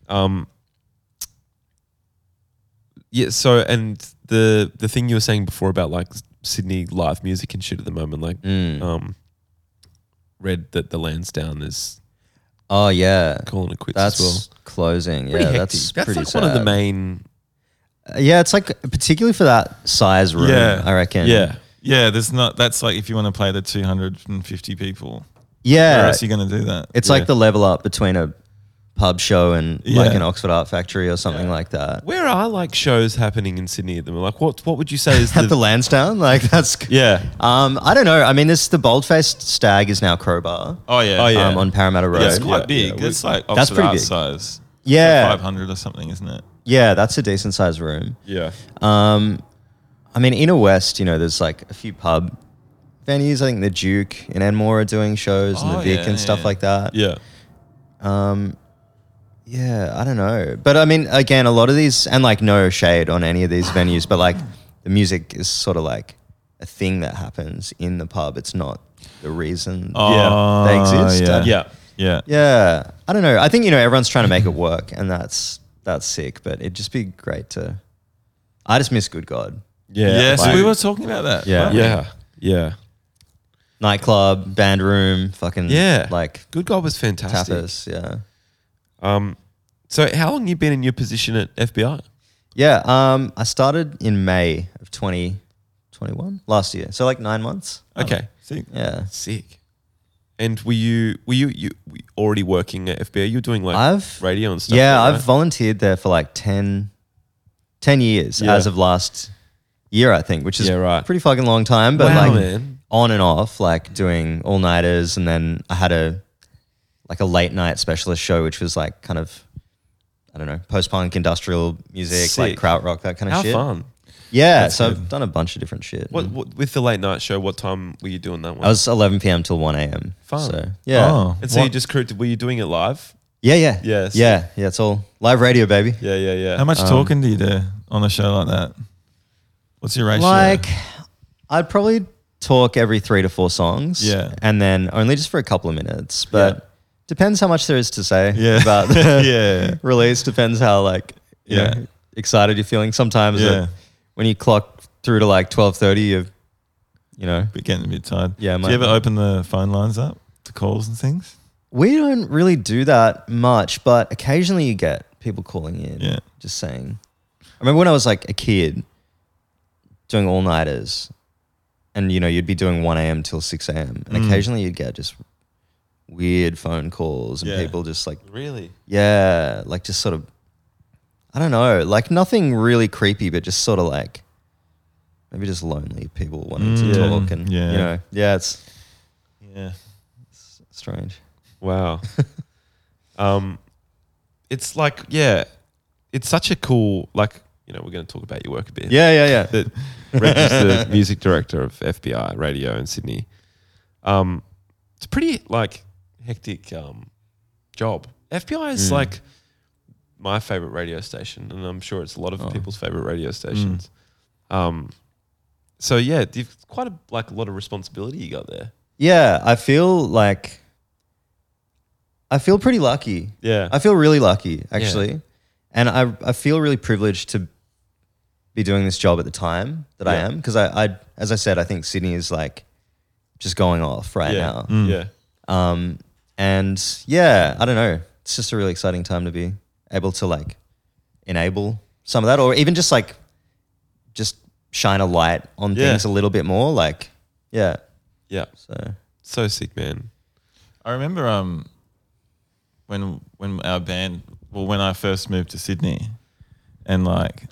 [SPEAKER 1] Um Yeah, so and the the thing you were saying before about like Sydney live music and shit at the moment, like
[SPEAKER 4] Mm.
[SPEAKER 1] um read that the Lansdowne is
[SPEAKER 4] Oh yeah.
[SPEAKER 1] calling it quits
[SPEAKER 4] That's
[SPEAKER 1] as well.
[SPEAKER 4] closing.
[SPEAKER 1] Pretty
[SPEAKER 4] yeah,
[SPEAKER 1] hectic.
[SPEAKER 4] that's,
[SPEAKER 1] that's
[SPEAKER 4] pretty
[SPEAKER 1] like one of the
[SPEAKER 4] sad.
[SPEAKER 1] main
[SPEAKER 4] Uh, Yeah, it's like particularly for that size room,
[SPEAKER 3] Yeah.
[SPEAKER 4] I reckon.
[SPEAKER 1] Yeah.
[SPEAKER 3] Yeah, there's not. That's like if you want to play the 250 people, where
[SPEAKER 4] Yeah.
[SPEAKER 3] else are you going to do that?
[SPEAKER 4] It's like the level up between a pub show and like
[SPEAKER 3] Yeah.
[SPEAKER 4] an Oxford Art Factory or something like that.
[SPEAKER 1] Where are like shows happening in Sydney at the moment? Like what what would you say is the,
[SPEAKER 4] At the Lansdowne, like that's
[SPEAKER 1] Yeah.
[SPEAKER 4] Um, I don't know. I mean, this the Boldface Stag is now Crowbar.
[SPEAKER 3] Oh yeah,
[SPEAKER 1] Oh, yeah.
[SPEAKER 4] um, on Parramatta Road.
[SPEAKER 3] Yeah, it's quite
[SPEAKER 1] Yeah,
[SPEAKER 3] big.
[SPEAKER 1] yeah, we-
[SPEAKER 3] it's like
[SPEAKER 4] That's
[SPEAKER 3] that's
[SPEAKER 4] pretty
[SPEAKER 3] pretty
[SPEAKER 4] big.
[SPEAKER 3] size.
[SPEAKER 4] Yeah.
[SPEAKER 3] 500 or something, isn't it?
[SPEAKER 4] Yeah, that's a decent sized room.
[SPEAKER 1] Yeah.
[SPEAKER 4] Um, I mean, Inner West, you know, there's like a few pub venues. I think the Duke in Enmore are doing shows and
[SPEAKER 3] Oh,
[SPEAKER 4] the Vic
[SPEAKER 3] yeah,
[SPEAKER 4] and
[SPEAKER 3] yeah,
[SPEAKER 4] stuff
[SPEAKER 3] yeah.
[SPEAKER 4] like that.
[SPEAKER 1] Yeah.
[SPEAKER 4] Yeah, I don't know. But I mean, again, a lot of these, and like no shade on any of these venues, but like the music is sort of like a thing that happens in the pub. It's not the reason
[SPEAKER 3] Oh,
[SPEAKER 4] they exist.
[SPEAKER 3] yeah.
[SPEAKER 1] Yeah.
[SPEAKER 3] Yeah.
[SPEAKER 4] Yeah, I don't know. I think you know everyone's trying to make it work, and that's that's sick. But it'd just be great to. I just miss Good God
[SPEAKER 1] Yeah.
[SPEAKER 3] Yeah, so
[SPEAKER 4] like-
[SPEAKER 3] we were talking about that.
[SPEAKER 4] Yeah.
[SPEAKER 3] weren't we?
[SPEAKER 1] Yeah. Yeah.
[SPEAKER 4] nightclub, band room, fucking
[SPEAKER 1] Yeah.
[SPEAKER 4] like
[SPEAKER 1] Good God was fantastic.
[SPEAKER 4] tapas. Yeah,
[SPEAKER 1] Um, so how long you been in your position at FBI?
[SPEAKER 4] Oh, yeah. Um, I started in May of twenty twenty one last year, so like nine months.
[SPEAKER 1] Okay,
[SPEAKER 3] See,
[SPEAKER 4] Yeah,
[SPEAKER 1] sick. And were you were you you were you already working at FBI? You're doing like
[SPEAKER 4] I've-
[SPEAKER 1] radio and stuff.
[SPEAKER 4] yeah.
[SPEAKER 1] right?
[SPEAKER 4] I've volunteered there for like 10, 10 years
[SPEAKER 1] Yeah.
[SPEAKER 4] as of last year, I think, which is
[SPEAKER 1] Yeah, right.
[SPEAKER 4] pretty fucking long time. But
[SPEAKER 1] Wow,
[SPEAKER 4] like
[SPEAKER 1] man.
[SPEAKER 4] on and off, like doing all nighters, and then I had a like a late night specialist show, which was like kind of I don't know post punk industrial music, like
[SPEAKER 1] Sick.
[SPEAKER 4] kraut rock, that kind of
[SPEAKER 1] how
[SPEAKER 4] shit.
[SPEAKER 1] fun.
[SPEAKER 4] Yeah, so I've done a bunch of different shit.
[SPEAKER 1] What, what with the late night show? What time were you doing that one?
[SPEAKER 4] I was 11 p.m. till 1 a.m.
[SPEAKER 1] Fun.
[SPEAKER 4] So yeah,
[SPEAKER 3] Oh.
[SPEAKER 1] and so you
[SPEAKER 3] What-
[SPEAKER 1] just crew. Were you doing it live?
[SPEAKER 4] yeah, yeah,
[SPEAKER 1] Yeah, sick.
[SPEAKER 4] yeah, yeah. It's all live radio, baby.
[SPEAKER 1] Yeah, yeah, yeah.
[SPEAKER 3] How much
[SPEAKER 4] Um,
[SPEAKER 3] talking do you do on a show like that? What's your ratio?
[SPEAKER 4] Like, I'd probably talk every three to four songs.
[SPEAKER 3] Yeah.
[SPEAKER 4] and then only just for a couple of minutes, but depends how much there is to say
[SPEAKER 3] yeah.
[SPEAKER 4] about the
[SPEAKER 3] yeah.
[SPEAKER 4] release. Depends how like you
[SPEAKER 3] Yeah.
[SPEAKER 4] know, excited you're feeling. Sometimes
[SPEAKER 3] Yeah.
[SPEAKER 4] uh, when you clock through to like 12:30, you you know
[SPEAKER 3] But getting a bit tired.
[SPEAKER 4] Yeah,
[SPEAKER 3] Do
[SPEAKER 4] mate.
[SPEAKER 3] you ever open the phone lines up to calls and things?
[SPEAKER 4] We don't really do that much, but occasionally you get people calling in,
[SPEAKER 3] Yeah.
[SPEAKER 4] just saying. I remember when I was like a kid doing all nighters, and you know, you'd be doing 1 a.m. till 6 a.m., and
[SPEAKER 3] Mm.
[SPEAKER 4] occasionally you'd get just weird phone calls and
[SPEAKER 3] Yeah.
[SPEAKER 4] people just like,
[SPEAKER 1] Really?
[SPEAKER 4] yeah, like just sort of, I don't know, like nothing really creepy, but just sort of like maybe just lonely people wanting to
[SPEAKER 3] Mm, yeah.
[SPEAKER 4] talk, and
[SPEAKER 3] Yeah.
[SPEAKER 4] you know, yeah, it's
[SPEAKER 3] Yeah.
[SPEAKER 4] strange.
[SPEAKER 1] Wow. um, it's like yeah, it's such a cool like you know we're going to talk about your work a bit.
[SPEAKER 4] Yeah, yeah, yeah.
[SPEAKER 1] that Reg is the music director of FBI Radio in Sydney. Um, it's a pretty like hectic um, job. FBI is like my favorite radio station, and I'm sure it's a lot of people's favorite radio stations. Um, so yeah, you've quite a like a lot of responsibility you got there.
[SPEAKER 4] Yeah, I feel like I feel pretty lucky.
[SPEAKER 1] Yeah,
[SPEAKER 4] I feel really lucky actually. And I I feel really privileged to be doing this job at the time that I
[SPEAKER 1] Yeah.
[SPEAKER 4] am because I, I as I said I think Sydney is like just going off right
[SPEAKER 1] yeah, Mm.
[SPEAKER 4] now.
[SPEAKER 1] yeah.
[SPEAKER 4] Um and yeah, I don't know. It's just a really exciting time to be able to like enable some of that or even just like just shine a light on
[SPEAKER 1] Yeah.
[SPEAKER 4] things a little bit more like yeah.
[SPEAKER 1] yeah.
[SPEAKER 4] So
[SPEAKER 1] So sick, man.
[SPEAKER 3] I remember um when when our band well when I first moved to Sydney and like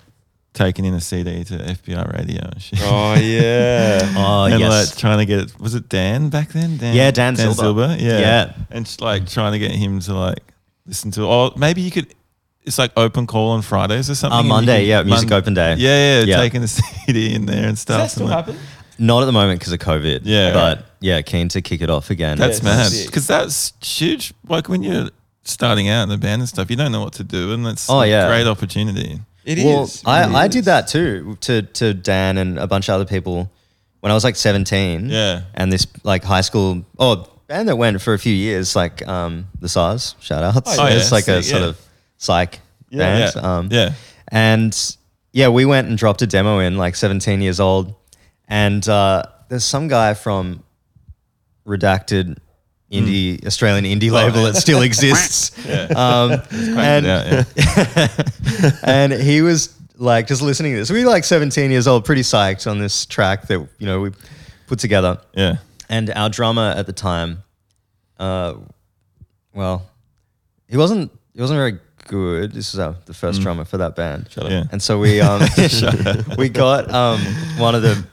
[SPEAKER 3] taking in a CD to FBI radio and shit.
[SPEAKER 1] Oh yeah.
[SPEAKER 4] Oh
[SPEAKER 3] and
[SPEAKER 4] yes.
[SPEAKER 3] like trying to get was it Dan back then? Dan,
[SPEAKER 4] Yeah, Dan Silver.
[SPEAKER 3] Yeah,
[SPEAKER 4] Yeah.
[SPEAKER 3] and just, like trying to get him to like listen to. Or maybe you could. It's like open call on Fridays or something.
[SPEAKER 4] On
[SPEAKER 3] and you
[SPEAKER 4] uh, Monday,
[SPEAKER 3] can-
[SPEAKER 4] yeah, music open day.
[SPEAKER 3] Yeah, yeah,
[SPEAKER 4] Yeah.
[SPEAKER 3] taking the CD in there and stuff.
[SPEAKER 5] Does that still
[SPEAKER 3] and, like,
[SPEAKER 5] happen?
[SPEAKER 4] Not at the moment because of COVID.
[SPEAKER 3] Yeah.
[SPEAKER 4] But yeah, keen to kick it off again.
[SPEAKER 3] That's
[SPEAKER 5] Yeah,
[SPEAKER 3] mad.
[SPEAKER 5] it's
[SPEAKER 3] 'Cause mad
[SPEAKER 5] sick.
[SPEAKER 3] because that's huge. Like when you're starting out in the band and stuff, you don't know what to do, and that's
[SPEAKER 4] Oh,
[SPEAKER 3] a
[SPEAKER 4] yeah.
[SPEAKER 3] great opportunity.
[SPEAKER 1] It is.
[SPEAKER 4] well,
[SPEAKER 1] It
[SPEAKER 4] I, I
[SPEAKER 1] is.
[SPEAKER 4] did that too to to Dan and a bunch of other people when I was like seventeen.
[SPEAKER 3] Yeah.
[SPEAKER 4] And this like high school oh band that went for a few years, like um the SARS, shout outs.
[SPEAKER 3] Oh, yeah.
[SPEAKER 4] It's like a
[SPEAKER 3] Sick,
[SPEAKER 4] sort
[SPEAKER 3] yeah.
[SPEAKER 4] of psych
[SPEAKER 3] Yeah,
[SPEAKER 4] band. Um
[SPEAKER 3] yeah.
[SPEAKER 4] and yeah, we went and dropped a demo in like 17 years old. And uh, there's some guy from redacted
[SPEAKER 3] Hmm.
[SPEAKER 4] indie Australian indie label that still exists. um, and
[SPEAKER 3] yeah, yeah.
[SPEAKER 4] and he was like just listening to this. We were like 17 years old, pretty psyched on this track that you know we put together.
[SPEAKER 3] yeah.
[SPEAKER 4] And our drummer at the time, uh, well, he wasn't he wasn't very good. This was our, the first drummer for that band.
[SPEAKER 3] up. Yeah.
[SPEAKER 4] And so we um, we got um, one of the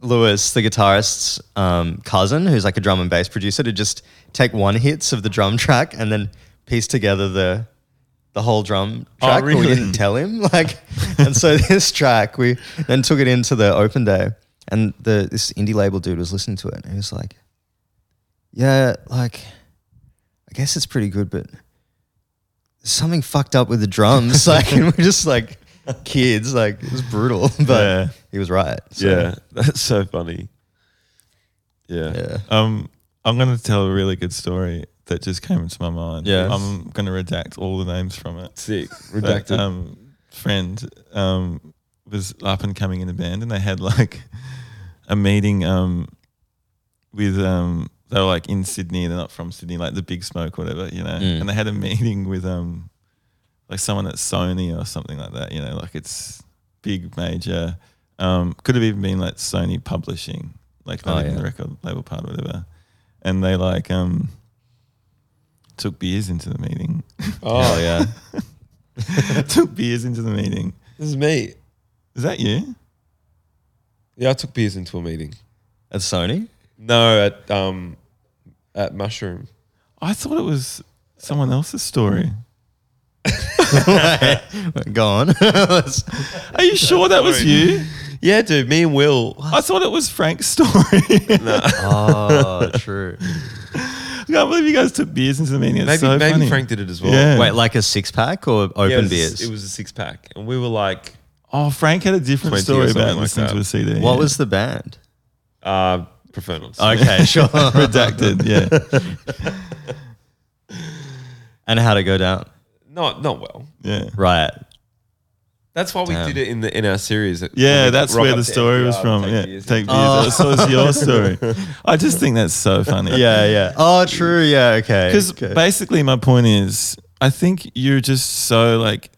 [SPEAKER 4] Lewis, the guitarist's um, cousin, who's like a drum and bass producer, to just take one hits of the drum track and then piece together the the whole drum
[SPEAKER 3] Oh,
[SPEAKER 4] track. But we
[SPEAKER 3] really?
[SPEAKER 4] didn't tell him. Like, and so this track we then took it into the open day, and the this indie label dude was listening to it, and he was like, "Yeah, like, I guess it's pretty good, but there's something fucked up with the drums." like, and we're just like kids, like it was brutal, but
[SPEAKER 3] Yeah.
[SPEAKER 4] he was right. So,
[SPEAKER 1] Yeah, that's so funny. Yeah.
[SPEAKER 4] yeah.
[SPEAKER 3] Um, I'm going to tell a really good story that just came into my mind.
[SPEAKER 4] Yes.
[SPEAKER 3] I'm going to redact all the names from it.
[SPEAKER 1] Sick.
[SPEAKER 3] But,
[SPEAKER 1] Redacted.
[SPEAKER 3] um, friend um, was up and coming in the band, and they had like a meeting um, with um, they were like in Sydney. They're not from Sydney, like the Big Smoke, whatever, you know.
[SPEAKER 4] Mm.
[SPEAKER 3] And they had a meeting with um, like someone at Sony or something like that. You know, like it's big major. Um, could have even been like Sony Publishing, like not
[SPEAKER 4] Oh,
[SPEAKER 3] even
[SPEAKER 4] yeah.
[SPEAKER 3] the record label part, or whatever. And they like um, took beers into the meeting.
[SPEAKER 1] oh yeah.
[SPEAKER 3] took beers into the meeting.
[SPEAKER 1] This is me.
[SPEAKER 3] Is that you?
[SPEAKER 1] Yeah, I took beers into a meeting.
[SPEAKER 4] At Sony,
[SPEAKER 1] No, at um, at Mushroom.
[SPEAKER 3] I thought it was someone else's story.
[SPEAKER 4] go on. Let's-
[SPEAKER 3] Are you sure that was you?
[SPEAKER 1] Yeah, dude. Me and Will.
[SPEAKER 3] I thought it was Frank's story.
[SPEAKER 4] oh, true.
[SPEAKER 3] I can't believe you guys took beers into the meeting. It's
[SPEAKER 1] Maybe
[SPEAKER 3] so
[SPEAKER 1] maybe
[SPEAKER 3] funny.
[SPEAKER 1] Frank did it as well.
[SPEAKER 3] Yeah.
[SPEAKER 4] Wait, like a six pack or open
[SPEAKER 1] Yeah, it was,
[SPEAKER 4] beers?
[SPEAKER 1] It was a six pack, and we were like,
[SPEAKER 3] Oh, Frank had a different
[SPEAKER 1] 20 or
[SPEAKER 3] story
[SPEAKER 1] something
[SPEAKER 3] about
[SPEAKER 1] like
[SPEAKER 3] listening
[SPEAKER 1] that.
[SPEAKER 3] to a CD.
[SPEAKER 4] what was the band?
[SPEAKER 1] uh, prefer not. to say.
[SPEAKER 4] Okay, sure.
[SPEAKER 3] redacted? Yeah,
[SPEAKER 4] and how to go down?
[SPEAKER 1] Not not well.
[SPEAKER 3] yeah,
[SPEAKER 4] Right.
[SPEAKER 1] That's why we
[SPEAKER 4] Damn.
[SPEAKER 1] did it in the in our series.
[SPEAKER 3] yeah. That's
[SPEAKER 1] Rock
[SPEAKER 3] where
[SPEAKER 1] up
[SPEAKER 3] the
[SPEAKER 1] to
[SPEAKER 3] story was
[SPEAKER 1] NPR,
[SPEAKER 3] from.
[SPEAKER 1] take
[SPEAKER 3] yeah,
[SPEAKER 1] beers.
[SPEAKER 3] take beers. Oh. So it's your story. I just think that's so funny.
[SPEAKER 4] Yeah, yeah. Oh, true. Yeah, okay.
[SPEAKER 3] Because
[SPEAKER 4] okay.
[SPEAKER 3] basically, my point is, I think you're just so like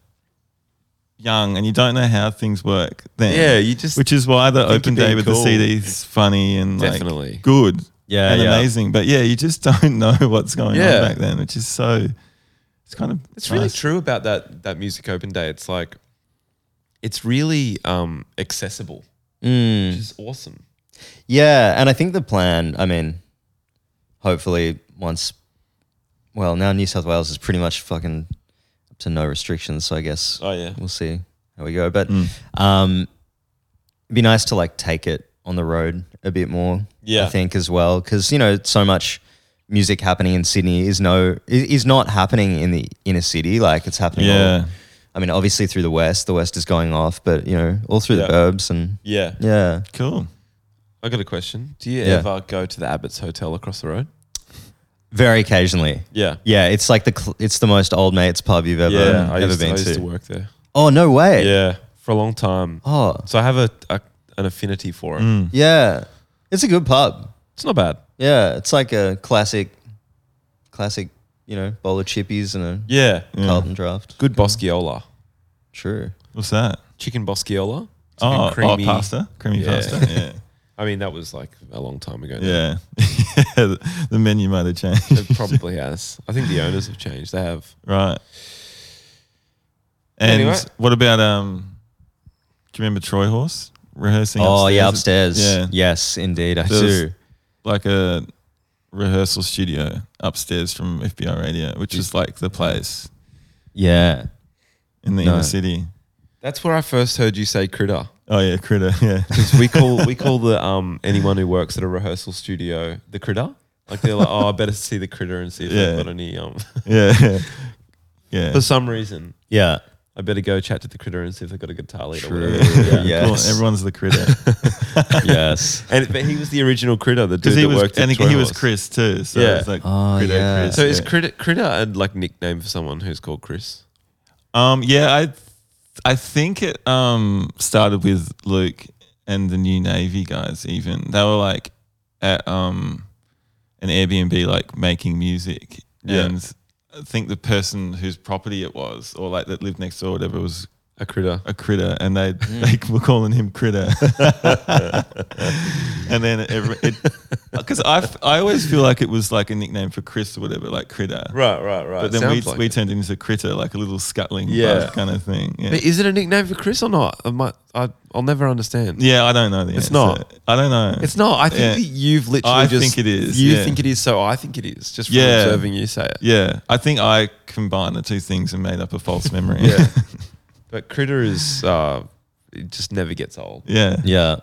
[SPEAKER 3] young and you don't know how things work then.
[SPEAKER 1] Yeah, you just-
[SPEAKER 3] which is why the
[SPEAKER 1] think
[SPEAKER 3] open
[SPEAKER 1] you're
[SPEAKER 3] day
[SPEAKER 1] being
[SPEAKER 3] with
[SPEAKER 1] cool.
[SPEAKER 3] the CD's funny and like
[SPEAKER 1] Definitely.
[SPEAKER 3] good.
[SPEAKER 4] Yeah,
[SPEAKER 3] and
[SPEAKER 4] yeah.
[SPEAKER 3] amazing. But yeah, you just don't know what's going
[SPEAKER 1] Yeah.
[SPEAKER 3] on back then, which is so. It's kind of
[SPEAKER 1] It's really
[SPEAKER 3] nice.
[SPEAKER 1] true about that that music open day. It's like, it's really um accessible,
[SPEAKER 3] Mm.
[SPEAKER 1] which is awesome.
[SPEAKER 4] yeah, and I think the plan, I mean, hopefully once, well, now New South Wales is pretty much fucking up to no restrictions. So I guess
[SPEAKER 1] Oh yeah,
[SPEAKER 4] we'll see how we go. But
[SPEAKER 1] Mm.
[SPEAKER 4] um, it'd be nice to like take it on the road a bit more.
[SPEAKER 1] Yeah.
[SPEAKER 4] I think as well because you know so much music happening in Sydney is no is is not happening in the inner city. Like it's happening. all-
[SPEAKER 3] Yeah.
[SPEAKER 4] I mean, obviously through the west, the west is going off, but you know all through
[SPEAKER 1] Yeah.
[SPEAKER 4] the burbs and
[SPEAKER 1] yeah.
[SPEAKER 4] yeah.
[SPEAKER 3] cool.
[SPEAKER 1] I got a question. Do you
[SPEAKER 4] Yeah.
[SPEAKER 1] ever go to the Abbott's Hotel across the road?
[SPEAKER 4] Very occasionally.
[SPEAKER 1] Yeah.
[SPEAKER 4] Yeah, it's like the cl- it's the most old mates pub you've ever
[SPEAKER 1] Yeah, I
[SPEAKER 4] ever
[SPEAKER 1] used, to, I
[SPEAKER 4] been
[SPEAKER 1] used
[SPEAKER 4] to.
[SPEAKER 1] to work there.
[SPEAKER 4] Oh no way!
[SPEAKER 1] Yeah, for a long time.
[SPEAKER 4] Oh
[SPEAKER 1] So I have a, a an affinity for
[SPEAKER 3] Mm.
[SPEAKER 1] it.
[SPEAKER 4] yeah, it's a good pub.
[SPEAKER 1] It's not bad.
[SPEAKER 4] Yeah, it's like a classic, classic, you know, bowl of chippies and a
[SPEAKER 1] Yeah.
[SPEAKER 4] Carlton draft.
[SPEAKER 1] Good Bosciola.
[SPEAKER 4] True.
[SPEAKER 3] What's that?
[SPEAKER 1] Chicken Bosciola. It's like a
[SPEAKER 3] Oh, oh, pasta, creamy
[SPEAKER 1] Yeah.
[SPEAKER 3] pasta. Yeah,
[SPEAKER 1] I I mean, that was like a long time ago. now.
[SPEAKER 3] Yeah. the menu might have changed.
[SPEAKER 1] It probably has. I think the owners have changed. They have.
[SPEAKER 3] Right. And
[SPEAKER 1] Anyway.
[SPEAKER 3] what about um? Do you remember Troy Horse rehearsing?
[SPEAKER 4] Oh yeah,
[SPEAKER 3] upstairs?
[SPEAKER 4] upstairs.
[SPEAKER 3] Yeah,
[SPEAKER 4] Yes, indeed, I
[SPEAKER 3] There was
[SPEAKER 4] do.
[SPEAKER 3] like a rehearsal studio upstairs from FBI Radio, which is like the place
[SPEAKER 4] Yeah.
[SPEAKER 3] in the
[SPEAKER 4] No.
[SPEAKER 3] inner city.
[SPEAKER 1] That's where I first heard you say critter.
[SPEAKER 3] Oh yeah, critter. Yeah,
[SPEAKER 1] Because we call we call the um anyone who works at a rehearsal studio the critter. Like they're like, oh, I better see the critter and see if
[SPEAKER 3] Yeah.
[SPEAKER 1] they've got any. Um,
[SPEAKER 3] yeah, yeah.
[SPEAKER 1] for some reason,
[SPEAKER 4] Yeah.
[SPEAKER 1] I better go chat to the critter and see if they've got a guitar lead or
[SPEAKER 4] True.
[SPEAKER 1] whatever.
[SPEAKER 3] Come on,
[SPEAKER 4] Yes.
[SPEAKER 3] everyone's the critter
[SPEAKER 4] yes.
[SPEAKER 1] And but he was the original critter, the dude
[SPEAKER 3] because
[SPEAKER 1] that
[SPEAKER 3] he was
[SPEAKER 1] worked at
[SPEAKER 3] and he,
[SPEAKER 1] Troy
[SPEAKER 3] he was
[SPEAKER 1] Horse.
[SPEAKER 3] Chris too. So
[SPEAKER 1] Yeah.
[SPEAKER 3] it's like
[SPEAKER 4] Oh,
[SPEAKER 3] critter
[SPEAKER 4] yeah.
[SPEAKER 3] Chris.
[SPEAKER 1] So is
[SPEAKER 3] yeah.
[SPEAKER 1] critter critter a like nickname for someone who's called Chris?
[SPEAKER 3] Um, yeah, I, I think it um started with Luke and the New Navy guys. Even they were like at um an Airbnb, like making music,
[SPEAKER 1] Yeah.
[SPEAKER 3] and I think the person whose property it was, or like that lived next door, or whatever, was
[SPEAKER 1] A critter.
[SPEAKER 3] a critter, and they they were calling him critter. and then every because I f- I always feel like it was like a nickname for Chris or whatever, like critter.
[SPEAKER 1] Right, right, right.
[SPEAKER 3] But then we,
[SPEAKER 1] Sounds like
[SPEAKER 3] we
[SPEAKER 1] it.
[SPEAKER 3] turned it into critter, like a little scuttling
[SPEAKER 1] Yeah.
[SPEAKER 3] bug kind of thing. Yeah.
[SPEAKER 1] But is it a nickname for Chris or not? I might, I, I'll never understand.
[SPEAKER 3] Yeah, I don't know the
[SPEAKER 1] It's
[SPEAKER 3] answer.
[SPEAKER 1] not.
[SPEAKER 3] I don't know.
[SPEAKER 1] It's not. I think
[SPEAKER 3] Yeah.
[SPEAKER 1] that you've literally
[SPEAKER 3] I
[SPEAKER 1] just.
[SPEAKER 3] think it is,
[SPEAKER 1] You
[SPEAKER 3] yeah.
[SPEAKER 1] think it is, so I think it is. Just from
[SPEAKER 3] Yeah.
[SPEAKER 1] observing you say it.
[SPEAKER 3] Yeah, I think I combined the two things and made up a false memory.
[SPEAKER 1] Yeah. but Critter is, uh, it just never gets old.
[SPEAKER 3] yeah.
[SPEAKER 4] Yeah.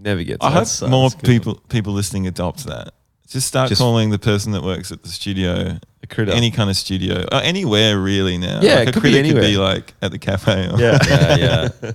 [SPEAKER 1] Never gets
[SPEAKER 3] I
[SPEAKER 1] old.
[SPEAKER 3] hope
[SPEAKER 4] that's-
[SPEAKER 3] more
[SPEAKER 4] that's good.
[SPEAKER 3] people people listening adopt that. Just start
[SPEAKER 1] Just-
[SPEAKER 3] calling the person that works at the studio
[SPEAKER 1] A critter.
[SPEAKER 3] any kind of studio, or anywhere really now.
[SPEAKER 1] Yeah, it
[SPEAKER 3] Like, a
[SPEAKER 1] could be
[SPEAKER 3] critic could be
[SPEAKER 1] anywhere.
[SPEAKER 3] like at the cafe. Or
[SPEAKER 1] yeah.
[SPEAKER 4] Yeah. Yeah.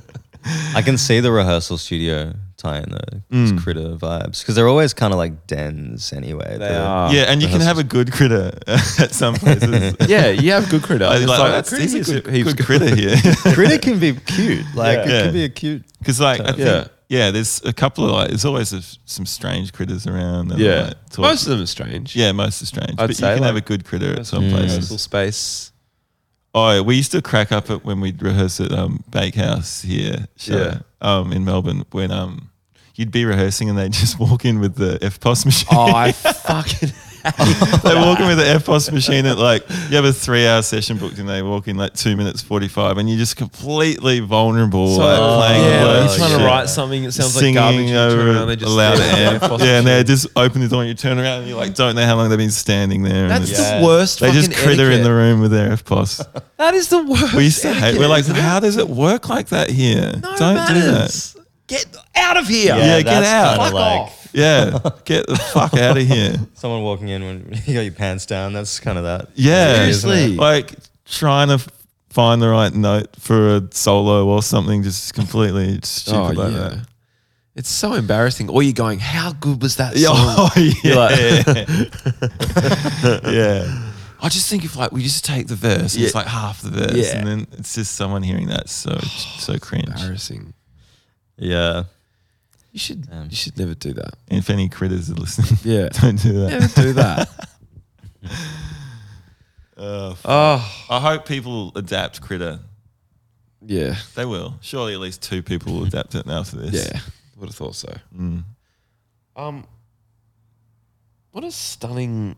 [SPEAKER 4] I can see the rehearsal studio tie-in though. It's
[SPEAKER 3] Mm.
[SPEAKER 4] critter vibes because they're always kind of like dens anyway.
[SPEAKER 1] They
[SPEAKER 4] The-
[SPEAKER 1] are.
[SPEAKER 3] yeah, and you can have a good critter at some places.
[SPEAKER 1] Yeah, you have good critter.
[SPEAKER 3] I
[SPEAKER 1] It's like,
[SPEAKER 3] like, oh,
[SPEAKER 1] oh,
[SPEAKER 3] that's
[SPEAKER 1] critter
[SPEAKER 3] he's
[SPEAKER 1] is
[SPEAKER 3] a good,
[SPEAKER 1] heaps
[SPEAKER 3] good critter here.
[SPEAKER 4] Critter can be cute. Like it
[SPEAKER 3] Yeah.
[SPEAKER 4] could be a cute.
[SPEAKER 3] Because like I think,
[SPEAKER 1] Yeah.
[SPEAKER 3] yeah. there's a couple of like there's always a, some strange critters around. that are,
[SPEAKER 1] Yeah.
[SPEAKER 3] like, talk-
[SPEAKER 1] Most of them are strange.
[SPEAKER 3] yeah, Mm. most are strange. but
[SPEAKER 1] say,
[SPEAKER 3] you can have a
[SPEAKER 1] like,
[SPEAKER 3] good critter at some
[SPEAKER 1] Rehearsal
[SPEAKER 3] places.
[SPEAKER 1] space.
[SPEAKER 3] Oh, we used to crack up at when we'd rehearse at um, Bakehouse here,
[SPEAKER 1] Yeah.
[SPEAKER 3] yeah, um, in Melbourne when um. You'd be rehearsing and they'd just walk in with the FPOS machine.
[SPEAKER 1] Oh, I fucking.
[SPEAKER 3] they walk in with the FPOS machine at like, you have a three hour session booked and they walk in like two minutes 45 and you're just completely vulnerable. like playing
[SPEAKER 1] yeah,
[SPEAKER 3] the
[SPEAKER 1] like,
[SPEAKER 3] worst
[SPEAKER 1] you're trying to
[SPEAKER 3] shit.
[SPEAKER 1] write something. It sounds like
[SPEAKER 3] singing
[SPEAKER 1] garbage. You turn
[SPEAKER 3] over
[SPEAKER 1] around, they just
[SPEAKER 3] a loud amp.
[SPEAKER 1] possible
[SPEAKER 3] yeah, and they
[SPEAKER 1] shit.
[SPEAKER 3] just open the door and you turn around and you like don't know how long they've been standing there. and
[SPEAKER 1] That's
[SPEAKER 3] it's-
[SPEAKER 1] the worst.
[SPEAKER 3] They just
[SPEAKER 1] fucking
[SPEAKER 3] critter in the
[SPEAKER 1] etiquette.
[SPEAKER 3] room with their FPOS.
[SPEAKER 1] That is the worst.
[SPEAKER 3] We used to hate. We're like,
[SPEAKER 1] etiquette,
[SPEAKER 3] how does it work like that here?
[SPEAKER 1] isn't it?
[SPEAKER 3] don't
[SPEAKER 1] No
[SPEAKER 3] do that.
[SPEAKER 1] manners. Get out of here.
[SPEAKER 3] Yeah, get
[SPEAKER 4] that's
[SPEAKER 3] out.
[SPEAKER 4] kinda
[SPEAKER 1] Fuck
[SPEAKER 4] like-
[SPEAKER 1] off.
[SPEAKER 3] Yeah, get the fuck out of here.
[SPEAKER 4] Someone walking in when you got your pants down. That's kind of that.
[SPEAKER 3] Yeah,
[SPEAKER 1] Seriously.
[SPEAKER 3] like trying to f- find the right note for a solo or something, just completely stupid
[SPEAKER 1] Oh,
[SPEAKER 3] like
[SPEAKER 1] yeah.
[SPEAKER 3] that.
[SPEAKER 1] It's so embarrassing. Or you're going, how good was that
[SPEAKER 3] Yeah,
[SPEAKER 1] song?
[SPEAKER 3] oh,
[SPEAKER 1] like-
[SPEAKER 3] yeah, yeah. I just think if like we just take the verse,
[SPEAKER 1] Yeah.
[SPEAKER 3] it's like half the verse,
[SPEAKER 1] Yeah.
[SPEAKER 3] and then it's just someone hearing that so so cringe.
[SPEAKER 1] embarrassing.
[SPEAKER 4] Yeah.
[SPEAKER 1] You should
[SPEAKER 4] Damn.
[SPEAKER 1] you should never do that.
[SPEAKER 3] And if any critters are listening,
[SPEAKER 1] Yeah.
[SPEAKER 3] don't do
[SPEAKER 1] Never
[SPEAKER 3] that.
[SPEAKER 1] do that.
[SPEAKER 3] Uh,
[SPEAKER 1] oh
[SPEAKER 3] I hope people adapt critter.
[SPEAKER 1] yeah.
[SPEAKER 3] They will. Surely at least two people will adapt it now for this.
[SPEAKER 1] Yeah. Would have thought so.
[SPEAKER 3] Mm.
[SPEAKER 1] Um what a stunning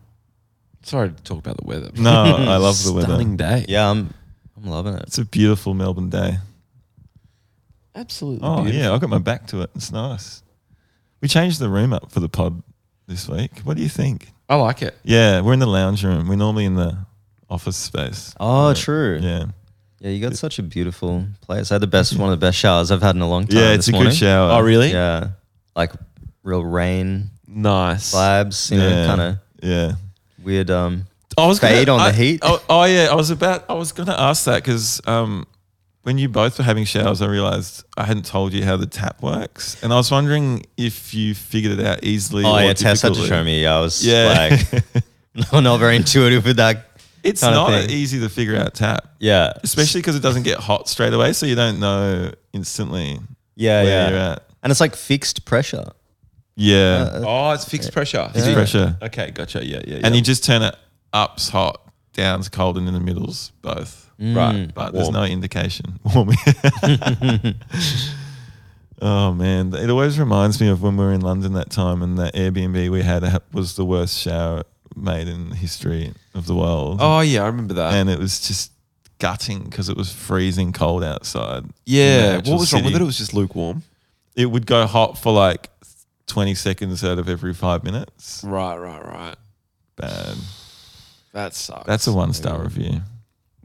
[SPEAKER 1] sorry to talk about the weather.
[SPEAKER 3] No, I love the weather.
[SPEAKER 1] Stunning day.
[SPEAKER 4] Yeah. I'm. I'm loving it.
[SPEAKER 3] It's a beautiful Melbourne day.
[SPEAKER 1] Absolutely.
[SPEAKER 3] Oh
[SPEAKER 1] beautiful.
[SPEAKER 3] yeah, I got my back to it. It's nice. We changed the room up for the pod this week. What do you think?
[SPEAKER 1] I like it.
[SPEAKER 3] Yeah, we're in the lounge room. We're normally in the office space.
[SPEAKER 4] Oh, true. Yeah.
[SPEAKER 3] Yeah.
[SPEAKER 4] you got such a beautiful place. I had the best, one of the best showers I've had in a long time.
[SPEAKER 3] Yeah, it's
[SPEAKER 4] this
[SPEAKER 3] a
[SPEAKER 4] morning.
[SPEAKER 3] good shower.
[SPEAKER 1] Oh really?
[SPEAKER 4] Yeah, like real rain
[SPEAKER 1] Nice.
[SPEAKER 4] vibes. You know,
[SPEAKER 3] Yeah.
[SPEAKER 4] kind of
[SPEAKER 3] Yeah.
[SPEAKER 4] weird. Um,
[SPEAKER 3] I was
[SPEAKER 4] Fade on the
[SPEAKER 3] I-
[SPEAKER 4] heat.
[SPEAKER 3] Oh, oh, yeah, I was about. I was gonna ask that because um, when you both were having showers, I realized I hadn't told you how the tap works, and I was wondering if you figured it out easily.
[SPEAKER 4] oh
[SPEAKER 3] or
[SPEAKER 4] yeah, Tess had to
[SPEAKER 3] difficultly.
[SPEAKER 4] show me. I was
[SPEAKER 3] Yeah,
[SPEAKER 4] like, no, not very intuitive with that.
[SPEAKER 3] it's
[SPEAKER 4] kinda
[SPEAKER 3] not
[SPEAKER 4] thing.
[SPEAKER 3] easy to figure out tap,
[SPEAKER 4] Yeah,
[SPEAKER 3] especially because it doesn't get hot straight away, so you don't know instantly where
[SPEAKER 4] yeah, Oh, yeah,
[SPEAKER 3] you're at.
[SPEAKER 4] and it's like fixed pressure.
[SPEAKER 3] Yeah,
[SPEAKER 4] Uh,
[SPEAKER 1] Oh, it's fixed pressure.
[SPEAKER 3] it's pressure,
[SPEAKER 1] Okay, gotcha. Yeah, yeah.
[SPEAKER 3] and you just turn it up's hot, down's cold, and in the middle's both. Mm.
[SPEAKER 1] right. Mm. Warm.
[SPEAKER 3] but there's no indication. Warm. Oh man, it always reminds me of when we were in London that time, and that Airbnb we had ha- was the worst shower made in the history of the world.
[SPEAKER 1] Oh yeah, I remember that.
[SPEAKER 3] and it was just gutting because it was freezing cold outside. in the
[SPEAKER 1] yeah,
[SPEAKER 3] actual
[SPEAKER 1] what was wrong with it?
[SPEAKER 3] city.
[SPEAKER 1] It was just lukewarm.
[SPEAKER 3] It would go hot for like twenty seconds out of every five minutes.
[SPEAKER 1] Right, right, right.
[SPEAKER 3] Bad.
[SPEAKER 1] That sucks.
[SPEAKER 3] That's a one star review.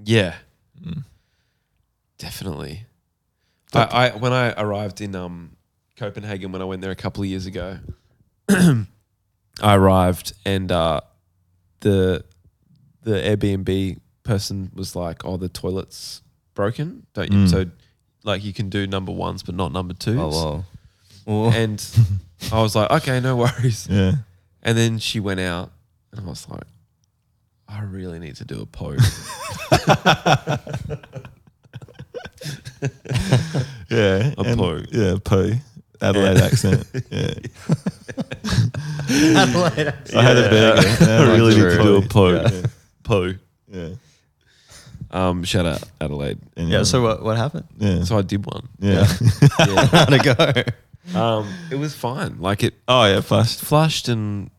[SPEAKER 1] Yeah.
[SPEAKER 3] Mm.
[SPEAKER 1] Definitely. I, I when I arrived in um, Copenhagen when I went there a couple of years ago, I arrived and uh, the the Airbnb person was like, "Oh, the toilets broken, don't you?"
[SPEAKER 3] Mm.
[SPEAKER 1] So like you can do number ones but not number twos.
[SPEAKER 4] Oh, wow. Well,
[SPEAKER 1] And I was like, "Okay, no worries."
[SPEAKER 3] Yeah.
[SPEAKER 1] And then she went out, and I was like, I really need to do a poke.
[SPEAKER 3] Yeah.
[SPEAKER 1] A
[SPEAKER 3] and-
[SPEAKER 1] poo.
[SPEAKER 3] Yeah, poo. Adelaide accent. Yeah. I had a burger. Yeah,
[SPEAKER 1] I really need to do a
[SPEAKER 3] poo.
[SPEAKER 1] poo. poo.
[SPEAKER 3] Yeah. yeah.
[SPEAKER 1] Um, shout out Adelaide.
[SPEAKER 3] Anyway.
[SPEAKER 4] yeah, so what, what happened?
[SPEAKER 3] yeah.
[SPEAKER 1] So I did one.
[SPEAKER 3] yeah.
[SPEAKER 4] How'd it go?
[SPEAKER 1] Um, it was fine. Like it
[SPEAKER 3] oh yeah, flushed.
[SPEAKER 1] flushed and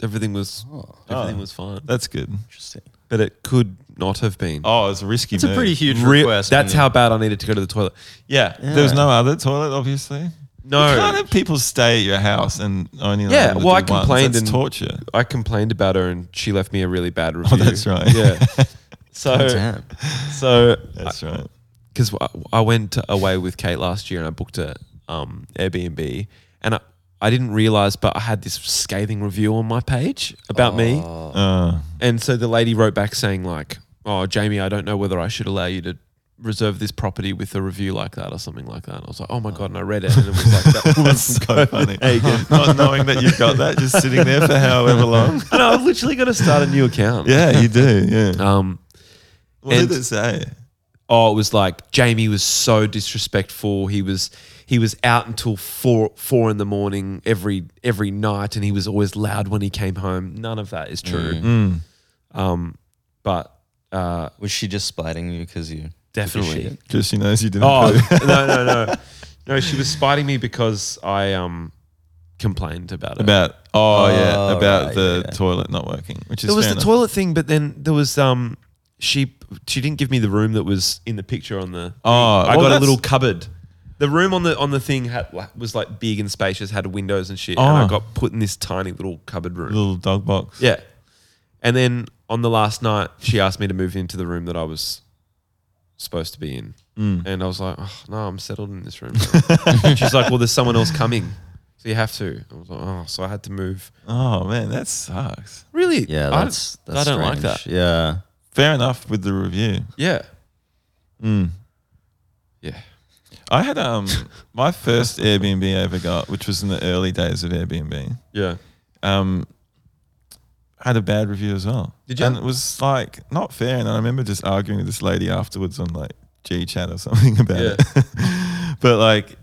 [SPEAKER 1] everything was
[SPEAKER 3] Oh.
[SPEAKER 1] everything was fine.
[SPEAKER 3] That's good.
[SPEAKER 4] Interesting.
[SPEAKER 1] But it could not have been.
[SPEAKER 3] Oh, it's a risky.
[SPEAKER 4] It's a
[SPEAKER 3] move.
[SPEAKER 4] pretty huge
[SPEAKER 1] Re-
[SPEAKER 4] request.
[SPEAKER 1] that's
[SPEAKER 4] man.
[SPEAKER 1] how bad I needed to go to the toilet.
[SPEAKER 3] Yeah. There was no other toilet, obviously. You can't
[SPEAKER 1] No,
[SPEAKER 3] have people stay at your house and only. allow
[SPEAKER 1] Yeah,
[SPEAKER 3] them to
[SPEAKER 1] well, I
[SPEAKER 3] do once.
[SPEAKER 1] complained
[SPEAKER 3] That's
[SPEAKER 1] and-
[SPEAKER 3] torture.
[SPEAKER 1] I complained about her and she left me a really bad review.
[SPEAKER 3] Oh, that's right.
[SPEAKER 1] Yeah. So,
[SPEAKER 4] Damn.
[SPEAKER 1] so
[SPEAKER 3] That's right.
[SPEAKER 1] because I, I went away with Kate last year and I booked a um, Airbnb and I, I didn't realize, but I had this scathing review on my page about me,
[SPEAKER 3] Uh,
[SPEAKER 1] and so the lady wrote back saying like, "Oh, Jamie, I don't know whether I should allow you to." Reserve this property with a review like that, or something like that. And I was like, "Oh my god!" And I read it, and it was like, "That
[SPEAKER 3] that's
[SPEAKER 1] was
[SPEAKER 3] so funny. Not knowing that you've got that, just sitting there for however long.
[SPEAKER 1] and I was literally going to start a new account."
[SPEAKER 3] Yeah, you do. Yeah.
[SPEAKER 1] Um.
[SPEAKER 3] What did
[SPEAKER 1] and-
[SPEAKER 3] it say?
[SPEAKER 1] Oh, it was like Jamie was so disrespectful. He was he was out until four four in the morning every every night, and he was always loud when he came home. None of that is true. Um, but uh,
[SPEAKER 4] Was she just spiting you because you?
[SPEAKER 1] definitely.
[SPEAKER 3] Because she knows you didn't.
[SPEAKER 1] Oh
[SPEAKER 3] poo.
[SPEAKER 1] no no no no! She was spiting me because I um complained about it.
[SPEAKER 3] about oh, yeah
[SPEAKER 4] Oh,
[SPEAKER 3] about
[SPEAKER 4] right,
[SPEAKER 3] the
[SPEAKER 4] yeah.
[SPEAKER 3] toilet not working, which is
[SPEAKER 1] there was
[SPEAKER 3] fair
[SPEAKER 1] the
[SPEAKER 3] enough.
[SPEAKER 1] toilet thing, but then there was um she she didn't give me the room that was in the picture on the.
[SPEAKER 3] Oh,
[SPEAKER 1] I
[SPEAKER 3] well,
[SPEAKER 1] got a
[SPEAKER 3] that's-
[SPEAKER 1] little cupboard. The room on the on the thing had, was like big and spacious, had windows and shit, and
[SPEAKER 3] Oh.
[SPEAKER 1] I got put in this tiny little cupboard room.
[SPEAKER 3] little dog box.
[SPEAKER 1] Yeah, and then on the last night, she asked me to move into the room that I was supposed to be in,
[SPEAKER 3] Mm.
[SPEAKER 1] and I was like, oh, "No, I'm settled in this room." now." She's like, "Well, there's someone else coming, so you have to." I was like, "Oh," so I had to move.
[SPEAKER 3] Oh man, that sucks.
[SPEAKER 1] Really?
[SPEAKER 4] Yeah,
[SPEAKER 1] I don't-
[SPEAKER 4] that's that's
[SPEAKER 1] I don't like
[SPEAKER 4] strange.
[SPEAKER 1] that.
[SPEAKER 4] Yeah.
[SPEAKER 3] Fair enough with the review.
[SPEAKER 1] Yeah.
[SPEAKER 3] Mm.
[SPEAKER 1] Yeah.
[SPEAKER 3] I had um my first Airbnb I ever got, which was in the early days of Airbnb.
[SPEAKER 1] Yeah.
[SPEAKER 3] Um, had a bad review as well.
[SPEAKER 1] Did you?
[SPEAKER 3] And it was like not fair. And I remember just arguing with this lady afterwards on like G chat or something about it. but like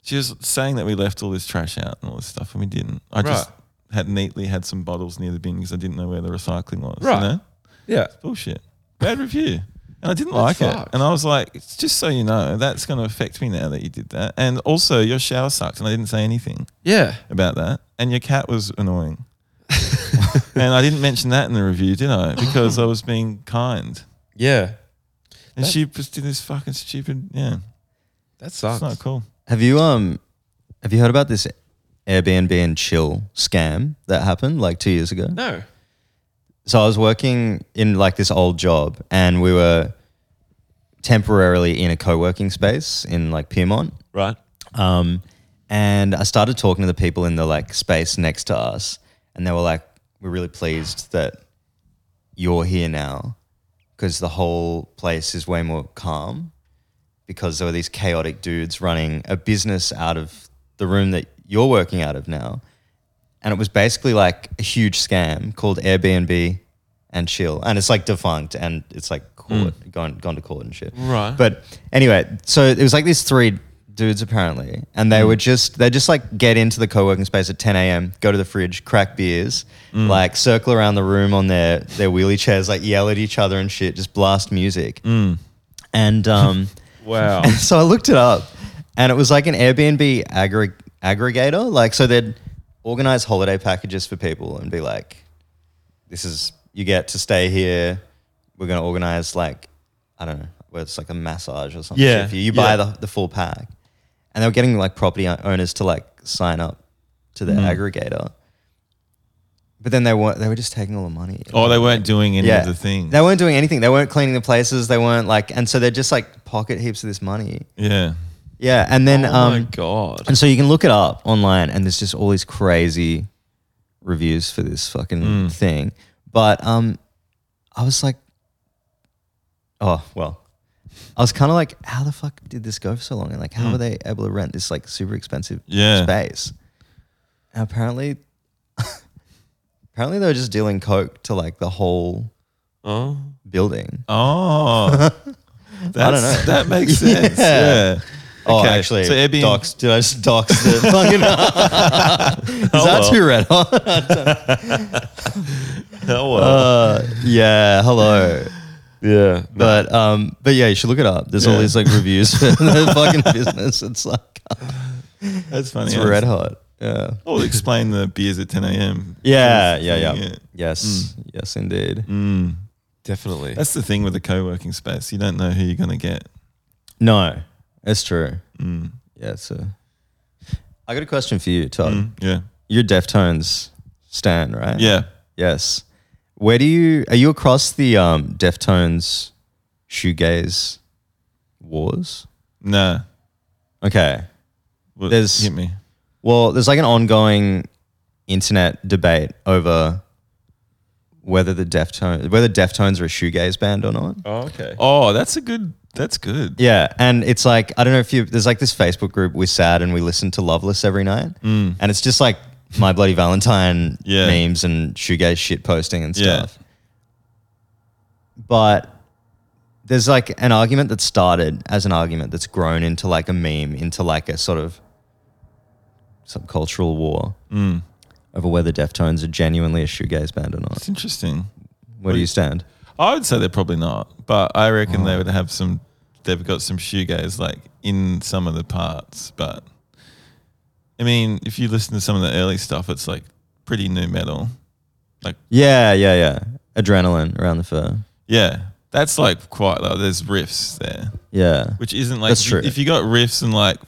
[SPEAKER 3] she was saying that we left all this trash out and all this stuff, and we didn't. I just
[SPEAKER 1] Right.
[SPEAKER 3] had neatly had some bottles near the bin because I didn't know where the recycling was.
[SPEAKER 1] Right.
[SPEAKER 3] You know?
[SPEAKER 1] Yeah.
[SPEAKER 3] bullshit. Bad review. And I didn't like it.
[SPEAKER 1] fucked.
[SPEAKER 3] And I was like, it's just so you know, that's going to affect me now that you did that. And also, your shower sucked. And I didn't say anything
[SPEAKER 1] Yeah.
[SPEAKER 3] about that. And your cat was annoying. and I didn't mention that in the review, did I? Because I was being kind.
[SPEAKER 1] Yeah.
[SPEAKER 3] And she just did this fucking stupid, yeah.
[SPEAKER 1] That
[SPEAKER 3] It's
[SPEAKER 1] sucks.
[SPEAKER 3] not cool.
[SPEAKER 4] Have you um, have you heard about this Airbnb and chill scam that happened like two years ago?
[SPEAKER 1] No.
[SPEAKER 4] so I was working in like this old job and we were temporarily in a co-working space in like Piermont.
[SPEAKER 1] Right.
[SPEAKER 4] Um, and I started talking to the people in the like space next to us and they were like, we're really pleased that you're here now because the whole place is way more calm because there were these chaotic dudes running a business out of the room that you're working out of now. And it was basically like a huge scam called Airbnb and Chill. And it's like defunct and it's like court, gone, gone to court and shit.
[SPEAKER 1] Right.
[SPEAKER 4] But anyway, so it was like these three dudes apparently. And they would just, they just like get into the co working space at 10 a.m., go to the fridge, crack beers, like circle around the room on their, their wheelie chairs, like yell at each other and shit, just blast music. And, um,
[SPEAKER 1] Wow.
[SPEAKER 4] so I looked it up and it was like an Airbnb aggre- aggregator. Like, so they'd organize holiday packages for people and be like, "This is you get to stay here. We're gonna organize like I don't know, where it's like a massage or something.
[SPEAKER 3] Yeah,
[SPEAKER 4] for you. You buy
[SPEAKER 3] yeah.
[SPEAKER 4] the the full pack, and they were getting like property owners to like sign up to
[SPEAKER 3] Mm-hmm.
[SPEAKER 4] their aggregator. But then they were they were just taking all the money.
[SPEAKER 3] Oh, they weren't doing any of the things.
[SPEAKER 4] They weren't doing anything. They weren't cleaning the places. They weren't like, and so they're just like pocket heaps of this money.
[SPEAKER 3] yeah.
[SPEAKER 4] Yeah, and then
[SPEAKER 1] oh my
[SPEAKER 4] um,
[SPEAKER 1] god.
[SPEAKER 4] and so you can look it up online, and there's just all these crazy reviews for this fucking
[SPEAKER 3] Hmm.
[SPEAKER 4] thing. But um, I was like, oh well, I was kind of like, how the fuck did this go for so long? And like, how were they able to rent this like super expensive
[SPEAKER 3] Hmm. Yeah.
[SPEAKER 4] space? And apparently, apparently they were just dealing coke to like the whole
[SPEAKER 1] Oh.
[SPEAKER 4] building.
[SPEAKER 3] Oh. That's, I
[SPEAKER 4] know.
[SPEAKER 3] That makes sense.
[SPEAKER 4] Yeah.
[SPEAKER 3] yeah.
[SPEAKER 4] Oh,
[SPEAKER 3] Okay,
[SPEAKER 4] actually,
[SPEAKER 3] so Airbnb-
[SPEAKER 4] dox. Did I just dox the fucking? Is that too red hot?
[SPEAKER 3] Oh, well.
[SPEAKER 4] Uh, yeah. Hello.
[SPEAKER 1] Yeah. No.
[SPEAKER 4] But um, but yeah, you should look it up. There's all
[SPEAKER 3] Yeah.
[SPEAKER 4] these like reviews for the fucking business. It's like
[SPEAKER 3] That's funny.
[SPEAKER 4] it's
[SPEAKER 3] yeah.
[SPEAKER 4] red hot. Yeah.
[SPEAKER 3] Or explain the beers at 10 a.m.
[SPEAKER 4] Yeah. Yeah. Yeah. Mm.
[SPEAKER 3] Yeah.
[SPEAKER 4] Yes.
[SPEAKER 3] Mm.
[SPEAKER 4] Yes, indeed.
[SPEAKER 1] Definitely.
[SPEAKER 3] That's the thing with the co working space. You don't know who you're going to get.
[SPEAKER 4] No, it's true.
[SPEAKER 3] Mm.
[SPEAKER 4] Yeah. So, I got a question for you, Todd.
[SPEAKER 3] Yeah.
[SPEAKER 4] You're Deftones Stan, right?
[SPEAKER 3] Mm. Yeah.
[SPEAKER 4] Yes. Where do you are you across the um Deftones shoegaze wars?
[SPEAKER 3] Nah.
[SPEAKER 4] Okay.
[SPEAKER 3] Well,
[SPEAKER 4] There's-
[SPEAKER 3] hit me.
[SPEAKER 4] Well, there's like an ongoing internet debate over whether the Deftones whether Deftones are a shoegaze band or not.
[SPEAKER 1] oh, okay.
[SPEAKER 3] Oh, that's a good. That's good.
[SPEAKER 4] Yeah, and it's like I don't know if you there's like this Facebook group we're sad and we listen to Loveless every night, mm. and it's just like my bloody Valentine
[SPEAKER 3] Yeah.
[SPEAKER 4] memes and shoegaze shit posting and
[SPEAKER 3] Yeah.
[SPEAKER 4] stuff. But there's like an argument that started as an argument that's grown into like a meme, into like a sort of subcultural war over whether Deftones are genuinely a shoegaze band or not.
[SPEAKER 3] It's interesting.
[SPEAKER 4] Where do you stand?
[SPEAKER 3] I would say they're probably not, but I reckon
[SPEAKER 4] Oh.
[SPEAKER 3] they would have some. They've got some shoegaze like in some of the parts, but I mean, if you listen to some of the early stuff, it's like pretty new metal.
[SPEAKER 4] Yeah, yeah, yeah. Adrenaline around the fur.
[SPEAKER 3] Yeah, that's like quite. Like, there's riffs there,
[SPEAKER 4] Yeah.
[SPEAKER 3] which isn't like
[SPEAKER 4] That's
[SPEAKER 3] if-
[SPEAKER 4] true.
[SPEAKER 3] If you got riffs and like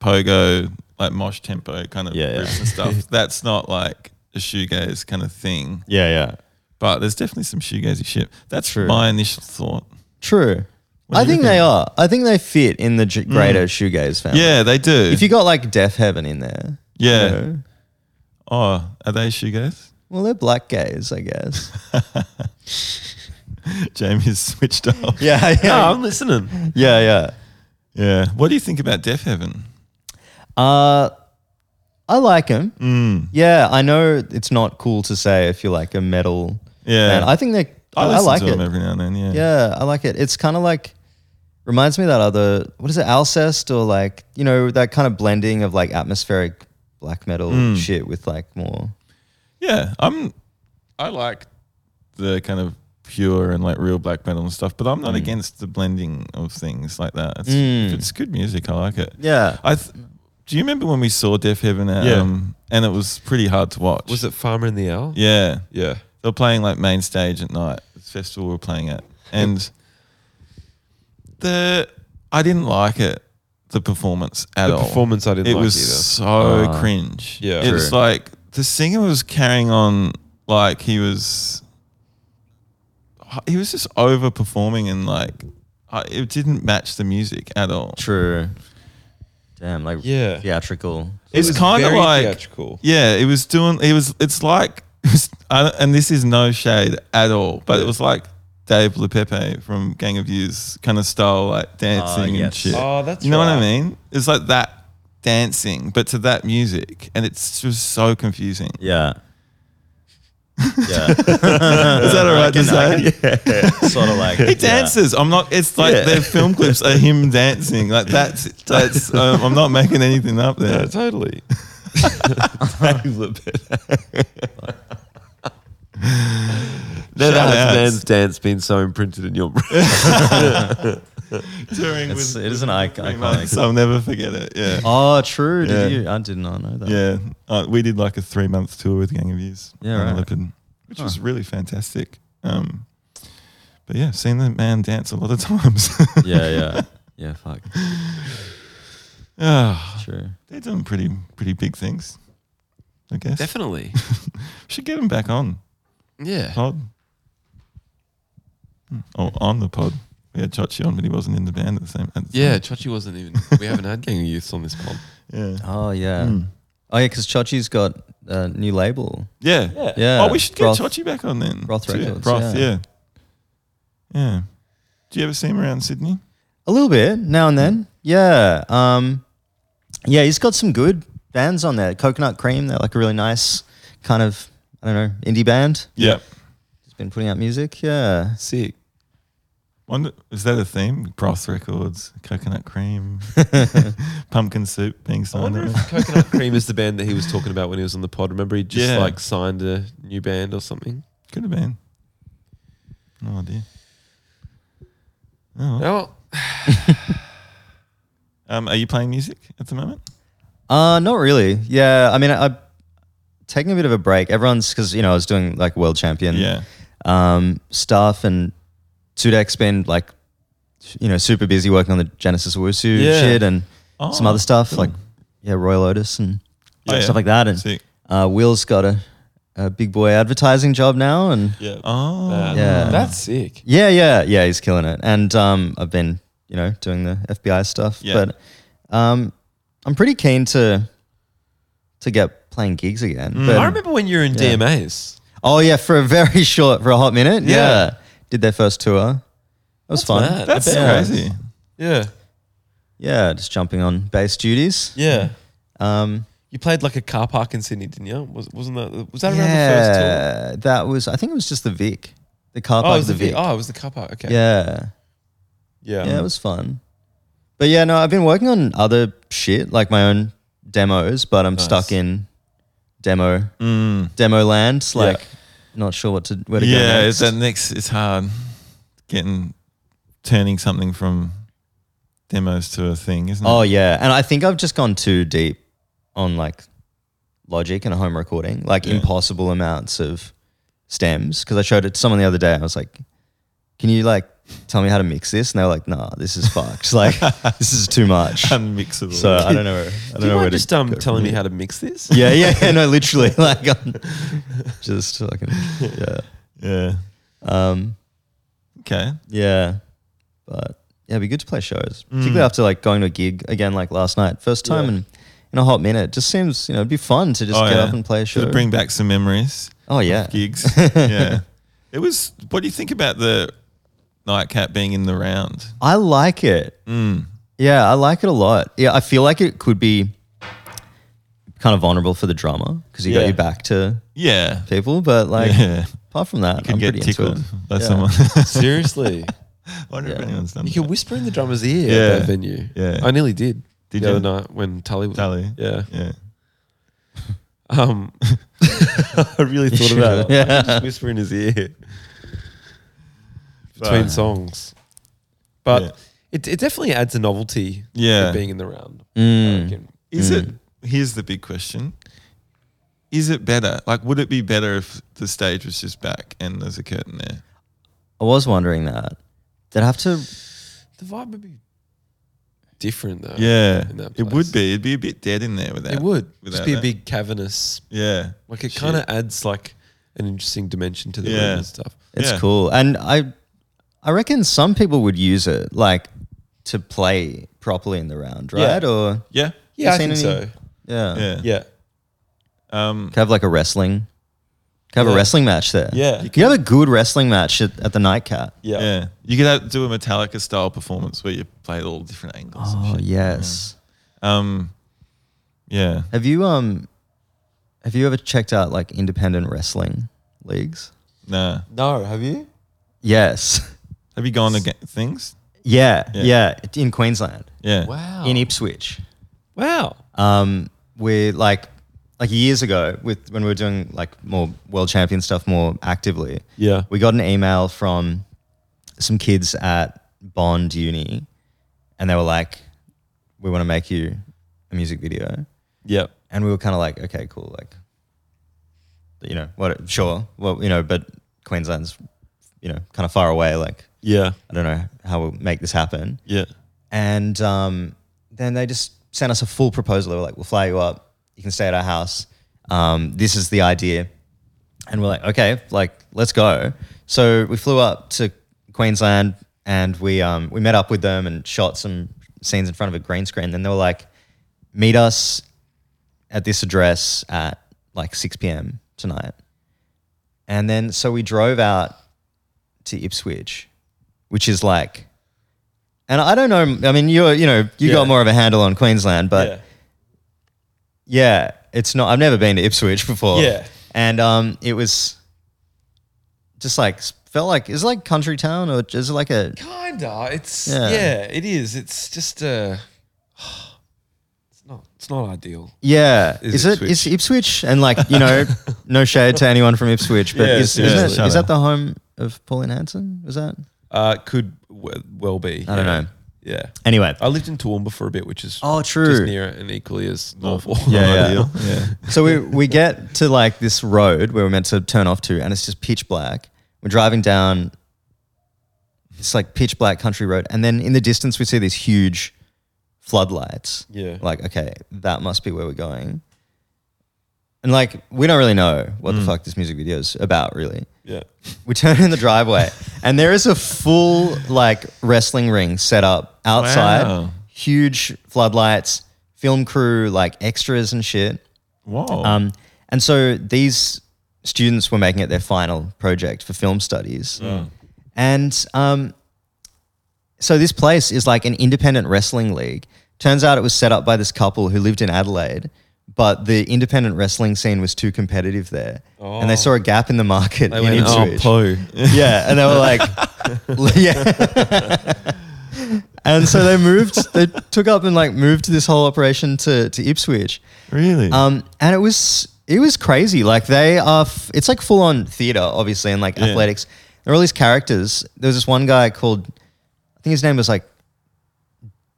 [SPEAKER 3] pogo, like mosh tempo kind of
[SPEAKER 4] Yeah, yeah.
[SPEAKER 3] riffs and stuff, that's not like a shoegaze kind of thing.
[SPEAKER 4] Yeah, yeah.
[SPEAKER 3] But there's definitely some shoegazy shit. That's
[SPEAKER 4] True.
[SPEAKER 3] my initial thought.
[SPEAKER 4] True.
[SPEAKER 3] do
[SPEAKER 4] I
[SPEAKER 3] you
[SPEAKER 4] think
[SPEAKER 3] think? Mm.
[SPEAKER 4] they are. I think they fit in the j- greater shoegaze family.
[SPEAKER 3] Yeah, they do.
[SPEAKER 4] If you got like Deaf Heaven in there. you
[SPEAKER 3] Yeah.
[SPEAKER 4] know.
[SPEAKER 3] oh, are they shoegaze?
[SPEAKER 4] Well, they're black gays, I guess.
[SPEAKER 3] Jamie's switched off.
[SPEAKER 4] yeah, yeah.
[SPEAKER 1] No, I'm listening.
[SPEAKER 4] Yeah, yeah.
[SPEAKER 3] Yeah. What do you think about Deaf Heaven?
[SPEAKER 4] Uh, I like him.
[SPEAKER 3] Mm.
[SPEAKER 4] Yeah, I know it's not cool to say if you're like a metal.
[SPEAKER 3] Yeah.
[SPEAKER 4] Man. I think they. I,
[SPEAKER 3] I
[SPEAKER 4] I
[SPEAKER 3] listen
[SPEAKER 4] like
[SPEAKER 3] to
[SPEAKER 4] it.
[SPEAKER 3] them every now and then. Yeah.
[SPEAKER 4] Yeah, I like it. It's kind of like reminds me of that other what is it, Alcest or like you know that kind of blending of like atmospheric black metal
[SPEAKER 3] Mm.
[SPEAKER 4] shit with like more.
[SPEAKER 3] Yeah. I'm. I like the kind of pure and like real black metal and stuff, but I'm
[SPEAKER 1] Mm.
[SPEAKER 3] not against the blending of things like that. It's, if it's good music. I like it.
[SPEAKER 4] Yeah.
[SPEAKER 3] I. Th- do you remember when we saw Deaf Heaven? At,
[SPEAKER 1] Yeah.
[SPEAKER 3] Um, and it was pretty hard to watch.
[SPEAKER 1] Was it Farmer and the Owl?
[SPEAKER 3] Yeah.
[SPEAKER 1] Yeah.
[SPEAKER 3] They were playing like main stage at night. This festival we were playing at, and the I didn't like it. The performance at
[SPEAKER 1] The
[SPEAKER 3] all.
[SPEAKER 1] performance I didn't
[SPEAKER 3] it
[SPEAKER 1] like
[SPEAKER 3] was
[SPEAKER 1] either. Ah.
[SPEAKER 3] so cringe.
[SPEAKER 1] yeah.
[SPEAKER 3] it was
[SPEAKER 4] True.
[SPEAKER 3] like the singer was carrying on like he was. He was just over performing and like I, it didn't match the music at all.
[SPEAKER 4] True. Damn, like
[SPEAKER 1] Yeah.
[SPEAKER 4] theatrical.
[SPEAKER 3] It's
[SPEAKER 1] was
[SPEAKER 3] kind of
[SPEAKER 1] very
[SPEAKER 3] like
[SPEAKER 1] theatrical.
[SPEAKER 3] Yeah, it was doing. It was. It's like. I don't- and this is no shade at all, but it was like Dave LePepe from Gang of Youths kind of style, like dancing and
[SPEAKER 4] Ah, yes.
[SPEAKER 3] shit.
[SPEAKER 1] Oh, that's
[SPEAKER 3] you know what I
[SPEAKER 1] right.
[SPEAKER 3] mean? It's like that dancing, but to that music, and it's just so confusing.
[SPEAKER 4] Yeah. Yeah.
[SPEAKER 3] Is that all right to say?
[SPEAKER 4] sort of like
[SPEAKER 3] He dances. I'm not. It's like
[SPEAKER 4] Yeah.
[SPEAKER 3] their film clips are him dancing. Like that's that's. Um, I'm not making anything up there.
[SPEAKER 1] Yeah, totally.
[SPEAKER 3] Shout
[SPEAKER 1] Shout out
[SPEAKER 3] outs.
[SPEAKER 1] Dan's dance being so imprinted in your brain.
[SPEAKER 3] touring
[SPEAKER 4] It's,
[SPEAKER 3] with.
[SPEAKER 4] it is an ic- iconic.
[SPEAKER 3] So I'll never forget it. Yeah.
[SPEAKER 4] Oh, true. Did
[SPEAKER 3] Yeah.
[SPEAKER 4] you? I did not know that.
[SPEAKER 3] Yeah. Uh, we did like a three month tour with Gang of Youths.
[SPEAKER 4] Yeah,
[SPEAKER 3] on
[SPEAKER 4] right.
[SPEAKER 3] Leopard, which was really fantastic. Um, but yeah, seen the man dance a lot of times.
[SPEAKER 4] yeah, yeah, yeah. Fuck.
[SPEAKER 3] Ah,
[SPEAKER 4] True.
[SPEAKER 3] they're doing pretty pretty big things, I guess.
[SPEAKER 1] Definitely.
[SPEAKER 3] Should get them back on
[SPEAKER 1] Yeah.
[SPEAKER 3] pod. Or on the pod. We had Chachi on, but he wasn't in the band at the same at the
[SPEAKER 1] Yeah,
[SPEAKER 3] same-
[SPEAKER 1] Chachi wasn't even. We haven't had Gang of Youths on this pod.
[SPEAKER 3] Yeah.
[SPEAKER 4] Oh yeah. Oh yeah, because Chachi's got a new label.
[SPEAKER 3] Yeah.
[SPEAKER 4] Yeah.
[SPEAKER 3] Oh, we should get
[SPEAKER 4] Broth-
[SPEAKER 3] Chachi back on then.
[SPEAKER 4] Broth
[SPEAKER 3] too.
[SPEAKER 4] Records,
[SPEAKER 3] Broth,
[SPEAKER 4] yeah.
[SPEAKER 3] yeah. yeah. Do you ever see him around Sydney?
[SPEAKER 4] A little bit now and then. Yeah. Um, yeah, he's got some good bands on there. Coconut Cream, they're like a really nice kind of I don't know indie band.
[SPEAKER 3] Yeah.
[SPEAKER 4] He's been putting out music. Yeah.
[SPEAKER 1] Sick.
[SPEAKER 3] Wonder, is that a theme? Broth Records, Coconut Cream, Pumpkin Soup being
[SPEAKER 1] I
[SPEAKER 3] signed.
[SPEAKER 1] wonder if
[SPEAKER 3] over.
[SPEAKER 1] Coconut Cream is the band that he was talking about when he was on the pod. Remember, he just
[SPEAKER 3] Yeah.
[SPEAKER 1] like signed a new band or something.
[SPEAKER 3] Could have been. No idea. Oh, well.
[SPEAKER 1] Oh,
[SPEAKER 3] um, are you playing music at the moment?
[SPEAKER 4] Uh, not really. Yeah. I mean, I, I'm taking a bit of a break. Everyone's because you know I was doing like world champion.
[SPEAKER 3] Yeah.
[SPEAKER 4] um, stuff and Tudek's been like, you know, super busy working on the Genesis Wusu
[SPEAKER 1] Yeah.
[SPEAKER 4] shit and
[SPEAKER 3] Oh,
[SPEAKER 4] some other stuff like, yeah, Royal Otis and
[SPEAKER 3] Yeah.
[SPEAKER 4] stuff like that. And
[SPEAKER 3] Sick.
[SPEAKER 4] uh, Will's got a, a big boy advertising job now, and
[SPEAKER 1] yeah.
[SPEAKER 3] Oh,
[SPEAKER 4] Yeah.
[SPEAKER 1] That's sick.
[SPEAKER 4] yeah, yeah, yeah, he's killing it. And um, I've been, you know, doing the FBI stuff,
[SPEAKER 3] Yeah.
[SPEAKER 4] but um, I'm pretty keen to to get playing gigs again. But,
[SPEAKER 1] Mm. I remember when you were in DMAs.
[SPEAKER 4] oh yeah, for a very short, for a hot minute, yeah,
[SPEAKER 1] Yeah.
[SPEAKER 4] did their first tour. That was fun.
[SPEAKER 1] mad. I
[SPEAKER 3] that's
[SPEAKER 1] bet.
[SPEAKER 3] crazy.
[SPEAKER 1] Yeah.
[SPEAKER 4] Yeah, just jumping on bass duties.
[SPEAKER 1] Yeah.
[SPEAKER 4] Um,
[SPEAKER 1] You played like a car park in Sydney, didn't you? Was, wasn't that, was that around the first tour?
[SPEAKER 4] yeah, that was. I think it was just the Vic, the car
[SPEAKER 1] Oh, it
[SPEAKER 4] park.
[SPEAKER 1] was
[SPEAKER 4] the Vic.
[SPEAKER 1] Oh, it was the car park. Okay.
[SPEAKER 4] Yeah,
[SPEAKER 1] Yeah.
[SPEAKER 4] yeah, it was fun. But yeah, no, I've been working on other shit like my own demos, but I'm stuck in demo demo land. Like, not sure what to where to go.
[SPEAKER 3] Yeah,
[SPEAKER 4] next.
[SPEAKER 3] it's that next. It's hard getting turning something from demos to a thing, isn't it?
[SPEAKER 4] Oh yeah, and I think I've just gone too deep on like Logic and a home recording, like
[SPEAKER 3] Yeah.
[SPEAKER 4] impossible amounts of stems. Because I showed it to someone the other day, I was like, "Can you like tell me how to mix this?" And they were like, "Nah, this is fucked. Like this is too much."
[SPEAKER 3] unmixable.
[SPEAKER 4] So I don't know. where- I
[SPEAKER 1] Do
[SPEAKER 4] don't
[SPEAKER 1] you
[SPEAKER 4] know where
[SPEAKER 1] mind
[SPEAKER 4] to
[SPEAKER 1] just um,
[SPEAKER 4] go from
[SPEAKER 1] telling me
[SPEAKER 4] here.
[SPEAKER 1] how to mix this?
[SPEAKER 4] Yeah, yeah, yeah, no, literally, like I'm just fucking, yeah,
[SPEAKER 3] yeah.
[SPEAKER 4] um,
[SPEAKER 3] Okay.
[SPEAKER 4] yeah, but yeah, it'd be good to play shows, particularly
[SPEAKER 3] Mm.
[SPEAKER 4] after like going to a gig again, like last night, first time in in a hot minute. Just seems you know it'd be fun to just
[SPEAKER 3] Oh,
[SPEAKER 4] get
[SPEAKER 3] yeah.
[SPEAKER 4] up and play a show.
[SPEAKER 3] Should bring back some memories.
[SPEAKER 4] oh yeah,
[SPEAKER 3] gigs. yeah. It was, what do you think about the Nightcat being in the round?
[SPEAKER 4] I like it.
[SPEAKER 3] Mm.
[SPEAKER 4] Yeah, I like it a lot. Yeah, I feel like it could be kind of vulnerable for the drama because you
[SPEAKER 1] Yeah.
[SPEAKER 4] got your back to
[SPEAKER 3] Yeah.
[SPEAKER 4] people, but like
[SPEAKER 3] yeah.
[SPEAKER 4] apart from that,
[SPEAKER 3] Could
[SPEAKER 4] I'm
[SPEAKER 3] get
[SPEAKER 4] pretty
[SPEAKER 3] tickled
[SPEAKER 4] into it.
[SPEAKER 3] by
[SPEAKER 4] Yeah.
[SPEAKER 3] someone.
[SPEAKER 1] Seriously.
[SPEAKER 3] I wonder if
[SPEAKER 4] Yeah.
[SPEAKER 3] anyone's done
[SPEAKER 1] You
[SPEAKER 3] that.
[SPEAKER 1] can whisper in the drummer's ear
[SPEAKER 3] Yeah.
[SPEAKER 1] at that venue.
[SPEAKER 3] Yeah.
[SPEAKER 1] I nearly did.
[SPEAKER 3] Did
[SPEAKER 1] the
[SPEAKER 3] you?
[SPEAKER 1] other night when Tully was
[SPEAKER 3] Tally.
[SPEAKER 1] Yeah.
[SPEAKER 3] Yeah.
[SPEAKER 1] Um I really thought
[SPEAKER 4] should
[SPEAKER 1] about it.
[SPEAKER 4] have.
[SPEAKER 1] I just whisper in his ear. Between
[SPEAKER 3] But-
[SPEAKER 1] songs. But
[SPEAKER 3] Yeah.
[SPEAKER 1] it, it definitely adds a novelty
[SPEAKER 3] Yeah.
[SPEAKER 1] of being in the round. I
[SPEAKER 4] Mm.
[SPEAKER 1] reckon.
[SPEAKER 3] Is it, here's the big question. Is it better? Like, would it be better if the stage was just back and there's a curtain there?
[SPEAKER 4] I was wondering that. Did I have to?
[SPEAKER 1] The vibe would be different though.
[SPEAKER 3] Yeah.
[SPEAKER 1] In that
[SPEAKER 3] It would
[SPEAKER 1] place.
[SPEAKER 3] be. It'd be a bit dead in there without
[SPEAKER 1] It would.
[SPEAKER 3] without
[SPEAKER 1] Just be a
[SPEAKER 3] that.
[SPEAKER 1] big cavernous
[SPEAKER 3] Yeah.
[SPEAKER 1] like it
[SPEAKER 3] Shit.
[SPEAKER 1] kind of adds like an interesting dimension to the
[SPEAKER 3] Yeah.
[SPEAKER 1] room and stuff.
[SPEAKER 4] It's
[SPEAKER 3] Yeah.
[SPEAKER 4] cool, and I, I reckon some people would use it like to play properly in the round, right? Or
[SPEAKER 3] Yeah.
[SPEAKER 1] Yeah, I
[SPEAKER 4] seen
[SPEAKER 1] think
[SPEAKER 4] any-
[SPEAKER 1] so.
[SPEAKER 4] yeah,
[SPEAKER 3] Yeah.
[SPEAKER 1] Yeah.
[SPEAKER 3] Um,
[SPEAKER 4] Could have like a wrestling. Could have a
[SPEAKER 1] Yeah.
[SPEAKER 4] wrestling match there.
[SPEAKER 1] Yeah.
[SPEAKER 4] You could have a good wrestling match at, at the Nightcat.
[SPEAKER 1] Yeah.
[SPEAKER 3] Yeah, you could have, do a Metallica style performance where you play all different angles. and
[SPEAKER 4] Oh
[SPEAKER 3] shit.
[SPEAKER 4] yes.
[SPEAKER 3] Um, yeah.
[SPEAKER 4] Have you um, have you ever checked out like independent wrestling leagues?
[SPEAKER 3] Nah.
[SPEAKER 1] No, have you?
[SPEAKER 4] Yes.
[SPEAKER 3] Have you gone to ga- things?
[SPEAKER 4] Yeah.
[SPEAKER 3] Yeah.
[SPEAKER 4] Yeah. In Queensland,
[SPEAKER 3] Yeah.
[SPEAKER 1] Wow.
[SPEAKER 4] in Ipswich.
[SPEAKER 1] wow.
[SPEAKER 4] um, we like like years ago with when we were doing like more world champion stuff more actively
[SPEAKER 1] Yeah.
[SPEAKER 4] we got an email from some kids at Bond Uni, and they were like, "We want to make you a music video,"
[SPEAKER 3] Yep.
[SPEAKER 4] and we were kind of like, "Okay, cool, like, you know, what? Sure, well, you know, but Queensland's, you know, kind of far away. Like,
[SPEAKER 3] Yeah.
[SPEAKER 4] I don't know how we'll make this happen."
[SPEAKER 3] Yeah.
[SPEAKER 4] And um, then they just sent us a full proposal. They were like, we'll fly you up. You can stay at our house. Um, this is the idea. And we're like, okay, like, let's go. So we flew up to Queensland and we, um, we met up with them and shot some scenes in front of a green screen. Then they were like, meet us at this address at like 6 p.m. tonight. And then so we drove out to Ipswich, which is like, and I don't know. I mean, you're you know you
[SPEAKER 3] Yeah.
[SPEAKER 4] got more of a handle on Queensland, but yeah.
[SPEAKER 3] yeah.
[SPEAKER 4] it's not. I've never been to Ipswich before.
[SPEAKER 3] Yeah.
[SPEAKER 4] and um, it was just like felt like is it like country town or is it like a
[SPEAKER 1] Kinda. It's
[SPEAKER 4] Yeah.
[SPEAKER 1] yeah. It is. It's just uh, it's not. It's not ideal.
[SPEAKER 4] yeah?
[SPEAKER 1] Is
[SPEAKER 4] Is, it
[SPEAKER 1] Ipswich.
[SPEAKER 4] is Ipswich and like you know no shade to anyone from Ipswich, but
[SPEAKER 3] Yeah,
[SPEAKER 4] is,
[SPEAKER 3] yeah,
[SPEAKER 4] isn't it,
[SPEAKER 3] shout
[SPEAKER 4] is
[SPEAKER 3] out.
[SPEAKER 4] that the home of Pauline Hanson? Was that
[SPEAKER 1] Uh, could w- well be.
[SPEAKER 4] I don't
[SPEAKER 1] yeah.
[SPEAKER 4] know.
[SPEAKER 1] Yeah.
[SPEAKER 4] anyway?
[SPEAKER 1] I lived in Toowoomba for a bit, which is
[SPEAKER 4] Oh,
[SPEAKER 1] Oh, just
[SPEAKER 4] true.
[SPEAKER 1] near it and equally as awful.
[SPEAKER 4] Yeah, yeah.
[SPEAKER 3] Ideal. Yeah.
[SPEAKER 4] So we, we get to like this road where we're meant to turn off to, and it's just pitch black. We're driving down this like pitch black country road, and then in the distance we see these huge floodlights.
[SPEAKER 1] Yeah.
[SPEAKER 4] Like, okay, that must be where we're going. And like, we don't really know what
[SPEAKER 1] Mm.
[SPEAKER 4] the fuck this music video is about, really.
[SPEAKER 1] yeah.
[SPEAKER 4] We turn in the driveway, and there is a full like wrestling ring set up outside.
[SPEAKER 3] Wow.
[SPEAKER 4] Huge floodlights, film crew, like extras and shit.
[SPEAKER 3] Wow.
[SPEAKER 4] Um, and so these students were making it their final project for film studies. And um, so this place is like an independent wrestling league. Turns out it was set up by this couple who lived in Adelaide, but the independent wrestling scene was too competitive there. And they saw a gap in the market in
[SPEAKER 1] Oh. went, "Oh,
[SPEAKER 4] Ipswich." Yeah, and they were like, yeah. and so they moved. They took up and like moved this whole operation to to Ipswich.
[SPEAKER 3] Really?
[SPEAKER 4] Um, and it was it was crazy. Like they are, f- it's like full on theater, obviously, and like athletics. There are all these characters. There was this one guy called, I think his name was like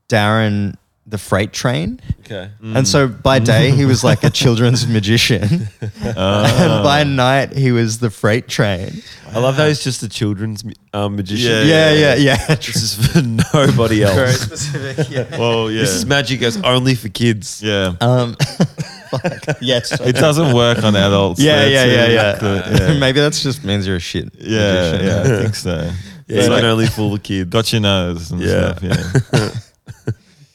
[SPEAKER 4] Darren the Freight Train.
[SPEAKER 1] Okay.
[SPEAKER 4] And so by day he was like a children's magician, and by night he was the freight train.
[SPEAKER 1] I love that it's just a children's um, magician.
[SPEAKER 3] Yeah,
[SPEAKER 4] Yeah, yeah, yeah.
[SPEAKER 1] This is for nobody else.
[SPEAKER 4] specific. Yeah.
[SPEAKER 3] well, yeah.
[SPEAKER 1] This is magic as only for kids.
[SPEAKER 3] yeah.
[SPEAKER 4] Um, fuck, yes.
[SPEAKER 3] it doesn't work on adults.
[SPEAKER 4] Yeah,
[SPEAKER 3] That's
[SPEAKER 4] yeah, yeah,
[SPEAKER 3] it.
[SPEAKER 4] yeah.
[SPEAKER 3] The- yeah.
[SPEAKER 4] Maybe that's just means you're a shit.
[SPEAKER 3] Yeah, yeah, I think so.
[SPEAKER 1] Yeah,
[SPEAKER 3] It's
[SPEAKER 1] you
[SPEAKER 3] like,
[SPEAKER 1] can only fool the kids.
[SPEAKER 3] got your nose and
[SPEAKER 1] Yeah.
[SPEAKER 3] stuff. Yeah.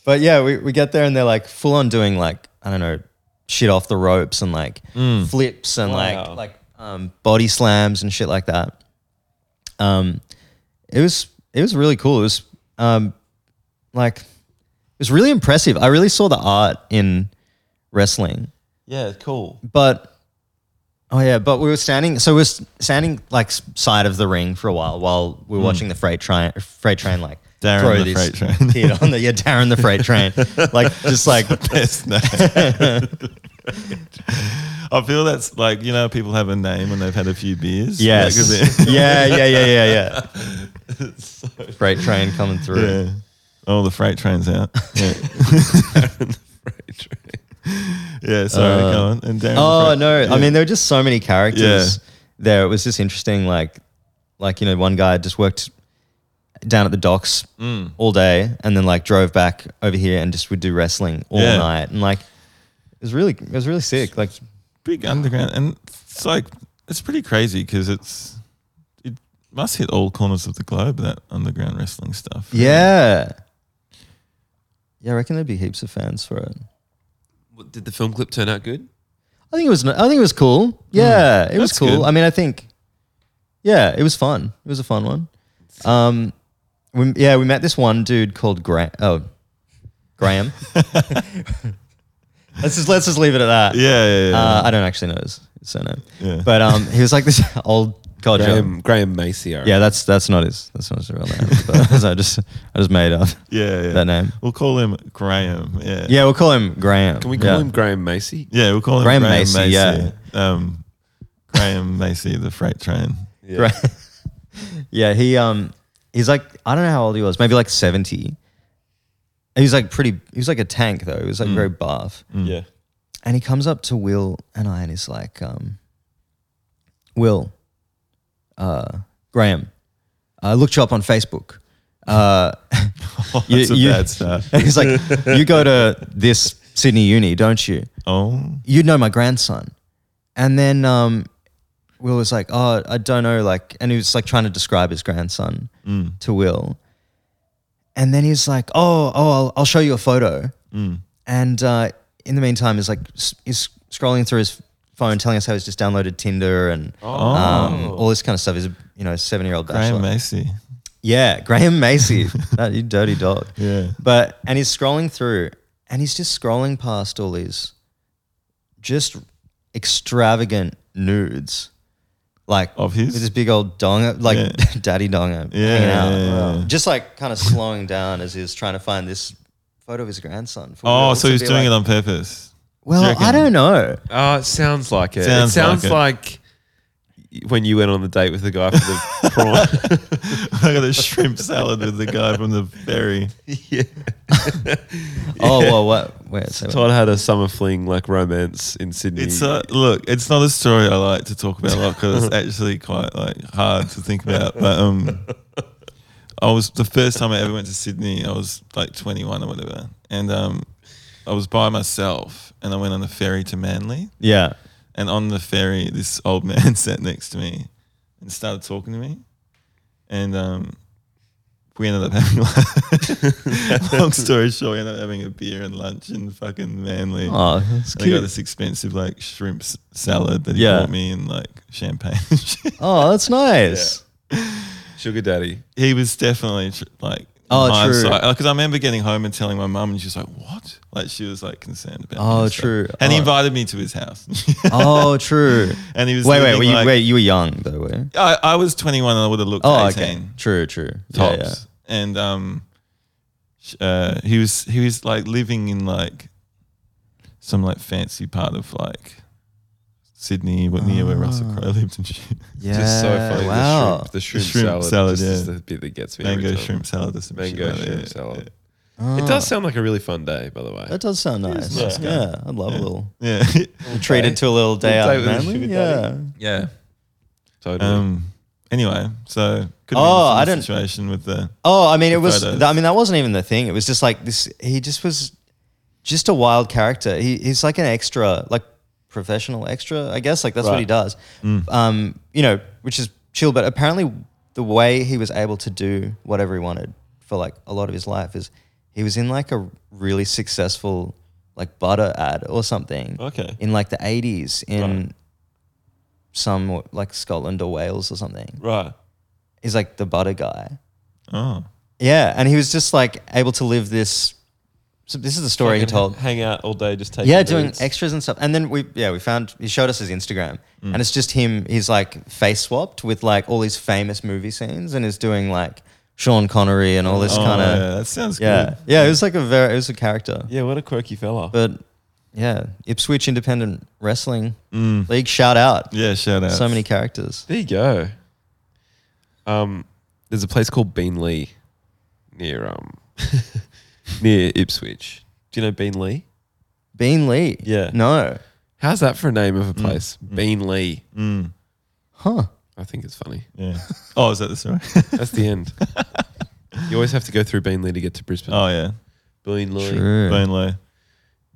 [SPEAKER 4] But yeah, we, we get there and they're like full on doing like, I don't know, shit off the ropes and like flips and
[SPEAKER 1] Wow.
[SPEAKER 4] like like um, body slams and shit like that. Um it was it was really cool. It was um like it was really impressive. I really saw the art in wrestling.
[SPEAKER 1] Yeah, cool.
[SPEAKER 4] but oh yeah, but we were standing. So we were s- standing like s- side of the ring for a while while we were watching the freight train. Freight train like
[SPEAKER 3] Hmm. Darren
[SPEAKER 4] throw
[SPEAKER 3] the
[SPEAKER 4] this
[SPEAKER 3] freight train.
[SPEAKER 4] kid on the yeah Darren the freight train like just like
[SPEAKER 3] Best name. I feel that's like you know people have a name when they've had a few beers.
[SPEAKER 4] yes
[SPEAKER 3] Like, is it-
[SPEAKER 4] yeah yeah yeah yeah yeah freight train coming through.
[SPEAKER 3] yeah. Oh, the freight train's out. Yeah. yeah sorry, go on. And Darren the
[SPEAKER 4] Oh
[SPEAKER 3] freight-
[SPEAKER 4] no!
[SPEAKER 3] yeah.
[SPEAKER 4] I mean, there were just so many characters there. It was just interesting. Like, like you know, one guy just worked down at the docks
[SPEAKER 3] Mm.
[SPEAKER 4] all day, and then like drove back over here and just would do wrestling all
[SPEAKER 3] Yeah.
[SPEAKER 4] night, and like it was really, it was really sick. Like,
[SPEAKER 3] big underground, and it's like it's pretty crazy because it's it must hit all corners of the globe that underground wrestling stuff.
[SPEAKER 4] yeah, yeah. I reckon there'd be heaps of fans for it.
[SPEAKER 1] What, did the film clip turn out good?
[SPEAKER 4] I think it was. I think it was cool. Yeah, it was
[SPEAKER 3] That's
[SPEAKER 4] cool.
[SPEAKER 3] good.
[SPEAKER 4] I mean, I think. Yeah, it was fun. It was a fun one. Um, we, yeah, we met this one dude called Graham. Oh, Graham. let's just let's just leave it at that.
[SPEAKER 3] yeah, yeah. yeah.
[SPEAKER 4] Uh, I don't actually know his his surname,
[SPEAKER 3] Yeah.
[SPEAKER 4] but um, he was like this old codger.
[SPEAKER 1] Graham, Graham Macy. I reckon.
[SPEAKER 4] Yeah, that's that's not his that's not his real name. But I just I just made up
[SPEAKER 3] Yeah, yeah.
[SPEAKER 4] that name.
[SPEAKER 3] We'll call him Graham. Yeah.
[SPEAKER 4] Yeah, we'll call him Graham.
[SPEAKER 1] Can we call
[SPEAKER 4] Yeah.
[SPEAKER 1] him Graham Macy?
[SPEAKER 3] Yeah, we'll call him
[SPEAKER 4] Graham
[SPEAKER 3] Graham,
[SPEAKER 4] Macy,
[SPEAKER 3] Macy.
[SPEAKER 4] yeah.
[SPEAKER 3] Um, Graham Macy, the freight train.
[SPEAKER 1] Yeah.
[SPEAKER 4] Right. yeah, he um He's like, I don't know how old he was, maybe like 70. And he was like pretty, he was like a tank though. He was like
[SPEAKER 3] Hmm.
[SPEAKER 4] very buff.
[SPEAKER 3] Yeah.
[SPEAKER 4] And he comes up to Will and I and he's like, um, Will, uh, Graham, I looked you up on Facebook. Uh,
[SPEAKER 3] Oh,
[SPEAKER 4] You-
[SPEAKER 3] that's a
[SPEAKER 4] you-
[SPEAKER 3] bad start.
[SPEAKER 4] and he's like, you go to this Sydney uni, don't you?
[SPEAKER 3] Oh,
[SPEAKER 4] you know my grandson. And then um, Will was like, oh, I don't know. Like, and he was like trying to describe his grandson to Will. And then he's like, oh, oh, I'll, I'll show you a photo. And uh, in the meantime, he's like, s- he's scrolling through his phone, telling us how he's just downloaded Tinder and
[SPEAKER 1] Oh.
[SPEAKER 4] um, all this kind of stuff. He's a, you know, seven year old bachelor.
[SPEAKER 3] Graham Macy.
[SPEAKER 4] Yeah, Graham Macy. that, you dirty dog.
[SPEAKER 3] Yeah.
[SPEAKER 4] But and he's scrolling through and he's just scrolling past all these just extravagant nudes. Like
[SPEAKER 3] Of his?
[SPEAKER 4] with his big old dong like
[SPEAKER 3] Yeah.
[SPEAKER 4] daddy dong
[SPEAKER 3] Yeah,
[SPEAKER 4] hanging out.
[SPEAKER 3] yeah, yeah.
[SPEAKER 4] Just like kind of slowing down as he was trying to find this photo of his grandson. for
[SPEAKER 3] Oh,
[SPEAKER 4] Will
[SPEAKER 3] so
[SPEAKER 4] to
[SPEAKER 3] he's
[SPEAKER 4] be
[SPEAKER 3] doing
[SPEAKER 4] like,
[SPEAKER 3] it on purpose. Do you
[SPEAKER 4] Well, I
[SPEAKER 3] reckon?
[SPEAKER 4] don't know.
[SPEAKER 1] Uh, it sounds like it.
[SPEAKER 3] Sounds
[SPEAKER 1] it sounds
[SPEAKER 3] like
[SPEAKER 1] like, when you went on the date with the guy for the prawn.
[SPEAKER 3] I got a shrimp salad with the guy from the ferry.
[SPEAKER 1] yeah.
[SPEAKER 4] Oh, well, what? Wait, so
[SPEAKER 1] Todd had a summer fling like romance in Sydney.
[SPEAKER 3] It's a, look. It's not a story I like to talk about a lot because it's actually quite like hard to think about. But um, I was the first time I ever went to Sydney. I was like 21 or whatever, and um, I was by myself, and I went on the ferry to Manly.
[SPEAKER 4] yeah.
[SPEAKER 3] And on the ferry, this old man sat next to me and started talking to me. And um, we ended up having, like, long story short, we ended up having a beer and lunch in fucking Manly.
[SPEAKER 4] Oh, that's
[SPEAKER 3] and I got
[SPEAKER 4] cute.
[SPEAKER 3] this expensive like shrimp s- salad that he
[SPEAKER 4] Yeah.
[SPEAKER 3] bought me and like champagne. and shit.
[SPEAKER 4] Oh, that's nice.
[SPEAKER 1] sugar daddy.
[SPEAKER 3] he was definitely tr- like,
[SPEAKER 4] Oh, true.
[SPEAKER 3] Because I remember getting home and telling my mum, and she was like, "What?" Like she was like concerned about. me
[SPEAKER 4] Oh,
[SPEAKER 3] and stuff.
[SPEAKER 4] true.
[SPEAKER 3] And he
[SPEAKER 4] Oh.
[SPEAKER 3] invited me to his house.
[SPEAKER 4] Oh, true.
[SPEAKER 3] and he was
[SPEAKER 4] wait, wait,
[SPEAKER 3] living,
[SPEAKER 4] were you,
[SPEAKER 3] like-
[SPEAKER 4] wait, you were young though, were you?
[SPEAKER 3] I, I was 21 and I would have looked
[SPEAKER 4] Oh,
[SPEAKER 3] 18
[SPEAKER 4] okay. True, true. Yeah,
[SPEAKER 3] tops. And um, sh- uh, he was he was like living in like some like fancy part of like Sydney, what near where
[SPEAKER 4] Ah.
[SPEAKER 3] Russell Crowe lived and shit.
[SPEAKER 4] yeah.
[SPEAKER 1] Just so
[SPEAKER 4] Yeah,
[SPEAKER 1] funny. The
[SPEAKER 4] Wow.
[SPEAKER 1] shrimp, the shrimp,
[SPEAKER 3] shrimp
[SPEAKER 1] salad.
[SPEAKER 3] salad,
[SPEAKER 1] just is
[SPEAKER 3] yeah.
[SPEAKER 1] the bit that gets me. every
[SPEAKER 3] Mango
[SPEAKER 1] time.
[SPEAKER 3] shrimp salad or some shit
[SPEAKER 1] Mango
[SPEAKER 3] like that,
[SPEAKER 1] shrimp
[SPEAKER 3] yeah,
[SPEAKER 1] salad.
[SPEAKER 4] Oh,
[SPEAKER 1] It does sound like a really fun day, by the way.
[SPEAKER 4] That does sound nice.
[SPEAKER 3] nice
[SPEAKER 4] Yeah,
[SPEAKER 3] guy.
[SPEAKER 4] I'd love a little
[SPEAKER 3] Yeah. Yeah.
[SPEAKER 4] treated to a little day
[SPEAKER 1] Little
[SPEAKER 4] out
[SPEAKER 1] day
[SPEAKER 4] of
[SPEAKER 1] with a
[SPEAKER 4] Manly.
[SPEAKER 1] sugar
[SPEAKER 4] Yeah.
[SPEAKER 1] yeah. Totally.
[SPEAKER 3] um. Anyway, so could
[SPEAKER 4] Oh,
[SPEAKER 3] have
[SPEAKER 4] I
[SPEAKER 3] been a similar
[SPEAKER 4] don't-
[SPEAKER 3] situation with the
[SPEAKER 4] Oh, I mean, it was.
[SPEAKER 3] photos.
[SPEAKER 4] th- I mean, that wasn't even the thing. It was just like this. He just was just a wild character. He, he's like an extra, like professional extra, I guess. Like that's what he does.
[SPEAKER 3] Mm.
[SPEAKER 4] Um, you know, which is chill. But apparently, the way he was able to do whatever he wanted for like a lot of his life is he was in like a really successful like butter ad or something.
[SPEAKER 3] Okay.
[SPEAKER 4] In like the eighties in. Some like Scotland or Wales or something.
[SPEAKER 3] right.
[SPEAKER 4] He's like the butter guy.
[SPEAKER 3] Oh,
[SPEAKER 4] Yeah, and he was just like able to live this. So this is the story he told.
[SPEAKER 3] hang out all day, just taking
[SPEAKER 4] Yeah, doing extras and stuff. And then we, yeah, we found he showed us his Instagram,
[SPEAKER 3] Mm.
[SPEAKER 4] and it's just him. He's like face swapped with like all these famous movie scenes, and is doing like Sean Connery and all this
[SPEAKER 3] Oh,
[SPEAKER 4] kind
[SPEAKER 3] yeah,
[SPEAKER 4] of.
[SPEAKER 3] that sounds
[SPEAKER 4] Yeah,
[SPEAKER 3] good.
[SPEAKER 4] yeah, It was like a very, it was a character.
[SPEAKER 1] yeah, what a quirky fella.
[SPEAKER 4] But yeah, Ipswich Independent Wrestling League. Shout out,
[SPEAKER 3] Mm. Yeah, shout out.
[SPEAKER 4] so many characters.
[SPEAKER 1] there you go. Um, there's a place called Beanley near um near Ipswich. Do you know Beanley?
[SPEAKER 4] Bean Lee.
[SPEAKER 3] Yeah.
[SPEAKER 4] No.
[SPEAKER 1] How's that for a name of a place? Beanley.
[SPEAKER 4] Huh.
[SPEAKER 1] I think it's funny.
[SPEAKER 3] Yeah. Oh, is that the story?
[SPEAKER 1] That's the end. you always have to go through Beanley to get to Brisbane.
[SPEAKER 3] oh yeah.
[SPEAKER 1] Beanley.
[SPEAKER 4] True.
[SPEAKER 3] Burnley.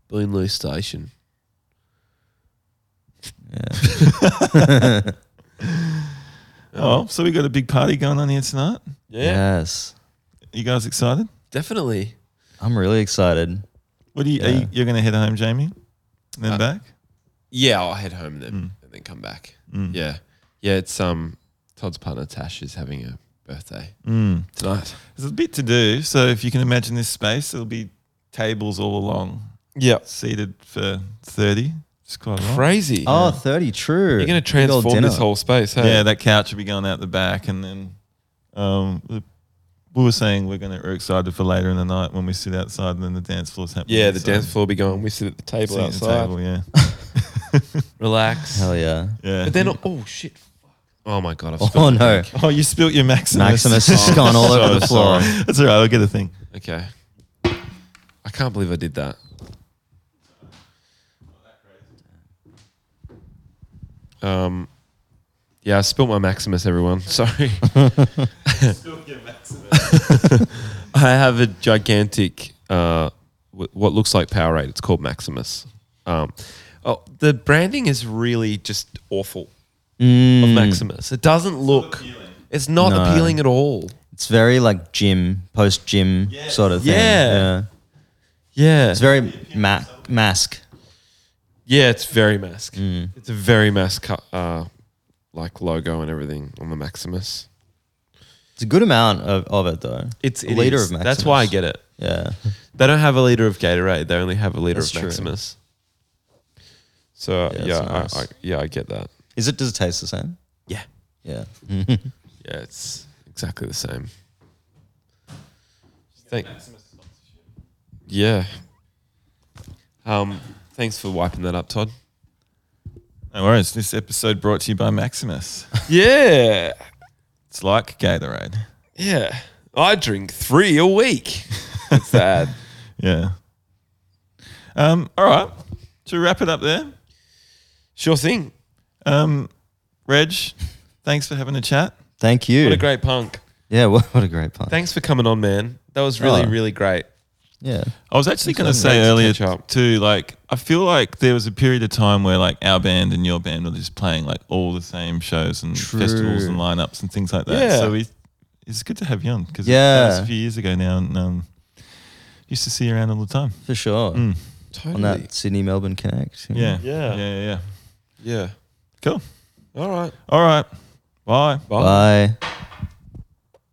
[SPEAKER 1] Beanley Station.
[SPEAKER 3] Oh, so we got a big party going on here tonight.
[SPEAKER 4] Yes.
[SPEAKER 3] You guys excited?
[SPEAKER 1] Definitely.
[SPEAKER 4] I'm really excited.
[SPEAKER 3] What do you, are
[SPEAKER 4] Yeah. Uh,
[SPEAKER 3] you you're gonna head home, Jamie? And then back?
[SPEAKER 1] Yeah, I'll head home then and then come back. Yeah. Yeah, it's um Todd's partner Tash is having a birthday tonight.
[SPEAKER 3] There's a bit to do. So if you can imagine this space, there'll be tables all along,
[SPEAKER 1] Yeah.
[SPEAKER 3] seated for thirty. It's quite a lot.
[SPEAKER 1] Crazy.
[SPEAKER 4] Oh, 30, true.
[SPEAKER 1] You're going to transform this whole space, hey?
[SPEAKER 3] Yeah, that couch will be going out the back and then um the- we were saying we're gonna we're excited for later in the night when we sit outside and then the dance floor's happening.
[SPEAKER 1] yeah, the
[SPEAKER 3] outside.
[SPEAKER 1] dance floor will be going. We sit at the table
[SPEAKER 3] Sitting at the
[SPEAKER 1] outside.
[SPEAKER 3] table, yeah.
[SPEAKER 1] Relax.
[SPEAKER 4] Hell yeah.
[SPEAKER 3] Yeah.
[SPEAKER 1] But then, oh, shit. Oh my god! I've
[SPEAKER 4] Oh
[SPEAKER 1] spilled my
[SPEAKER 4] no,
[SPEAKER 1] drink.
[SPEAKER 3] Oh, you spilt your Maximus.
[SPEAKER 4] Maximus is gone all over the floor.
[SPEAKER 3] That's all right. I'll get a thing.
[SPEAKER 1] Okay. I can't believe I did that. Um, yeah, I spilled my Maximus, everyone. Sorry. I have a gigantic, uh, w- what looks like Powerade. It's called Maximus. Um, oh, the branding is really just awful of Maximus. It doesn't look, it's not
[SPEAKER 4] No.
[SPEAKER 1] appealing at all.
[SPEAKER 4] It's very like gym, post gym sort of thing.
[SPEAKER 1] Yeah.
[SPEAKER 3] Yeah.
[SPEAKER 4] It's very ma- mask.
[SPEAKER 1] Yeah, it's very mask. It's a very mask co- uh, like logo and everything on the Maximus.
[SPEAKER 4] It's a good amount of, of it though.
[SPEAKER 1] It's
[SPEAKER 4] a liter of Maximus.
[SPEAKER 1] That's why I get it.
[SPEAKER 4] Yeah.
[SPEAKER 1] They don't have a liter of Gatorade. They only have a liter
[SPEAKER 4] That's
[SPEAKER 1] of
[SPEAKER 4] true.
[SPEAKER 1] Maximus. So uh, yeah,
[SPEAKER 4] that's nice.
[SPEAKER 1] I, I, yeah, I get that.
[SPEAKER 4] Is it? Does it taste the same?
[SPEAKER 1] Yeah,
[SPEAKER 4] Yeah.
[SPEAKER 1] yeah, it's exactly the same. Thank- yeah. Um, thanks for wiping that up, Todd.
[SPEAKER 3] No worries. This episode brought to you by Maximus.
[SPEAKER 1] Yeah,
[SPEAKER 3] It's like Gatorade.
[SPEAKER 1] yeah. I drink three a week. That's sad.
[SPEAKER 3] Yeah. Um, all right. To wrap it up there,
[SPEAKER 1] Sure thing.
[SPEAKER 3] um, Reg, thanks for having a chat.
[SPEAKER 4] Thank you.
[SPEAKER 1] What a great punk.
[SPEAKER 4] yeah. What, what a great pun.
[SPEAKER 1] Thanks for coming on, man. That was really,
[SPEAKER 4] Oh.
[SPEAKER 1] really great.
[SPEAKER 4] yeah.
[SPEAKER 1] Oh.
[SPEAKER 3] I was actually going to say
[SPEAKER 1] Great to
[SPEAKER 3] earlier
[SPEAKER 1] catch up.
[SPEAKER 3] too, like I feel like there was a period of time where like our band and your band were just playing like all the same shows and festivals and lineups and things like that.
[SPEAKER 1] Yeah.
[SPEAKER 3] So we, it's good to have you on because
[SPEAKER 4] Yeah.
[SPEAKER 3] was a few years ago now and um, used to see you around all the time.
[SPEAKER 1] Mm-hmm.
[SPEAKER 4] For sure. On
[SPEAKER 1] Totally.
[SPEAKER 4] that Sydney Melbourne connect.
[SPEAKER 3] Yeah.
[SPEAKER 1] Mm. Yeah.
[SPEAKER 3] Yeah. Yeah. yeah.
[SPEAKER 1] Yeah.
[SPEAKER 3] Cool.
[SPEAKER 1] All right.
[SPEAKER 3] All right. Bye.
[SPEAKER 4] Bye.
[SPEAKER 1] Bye.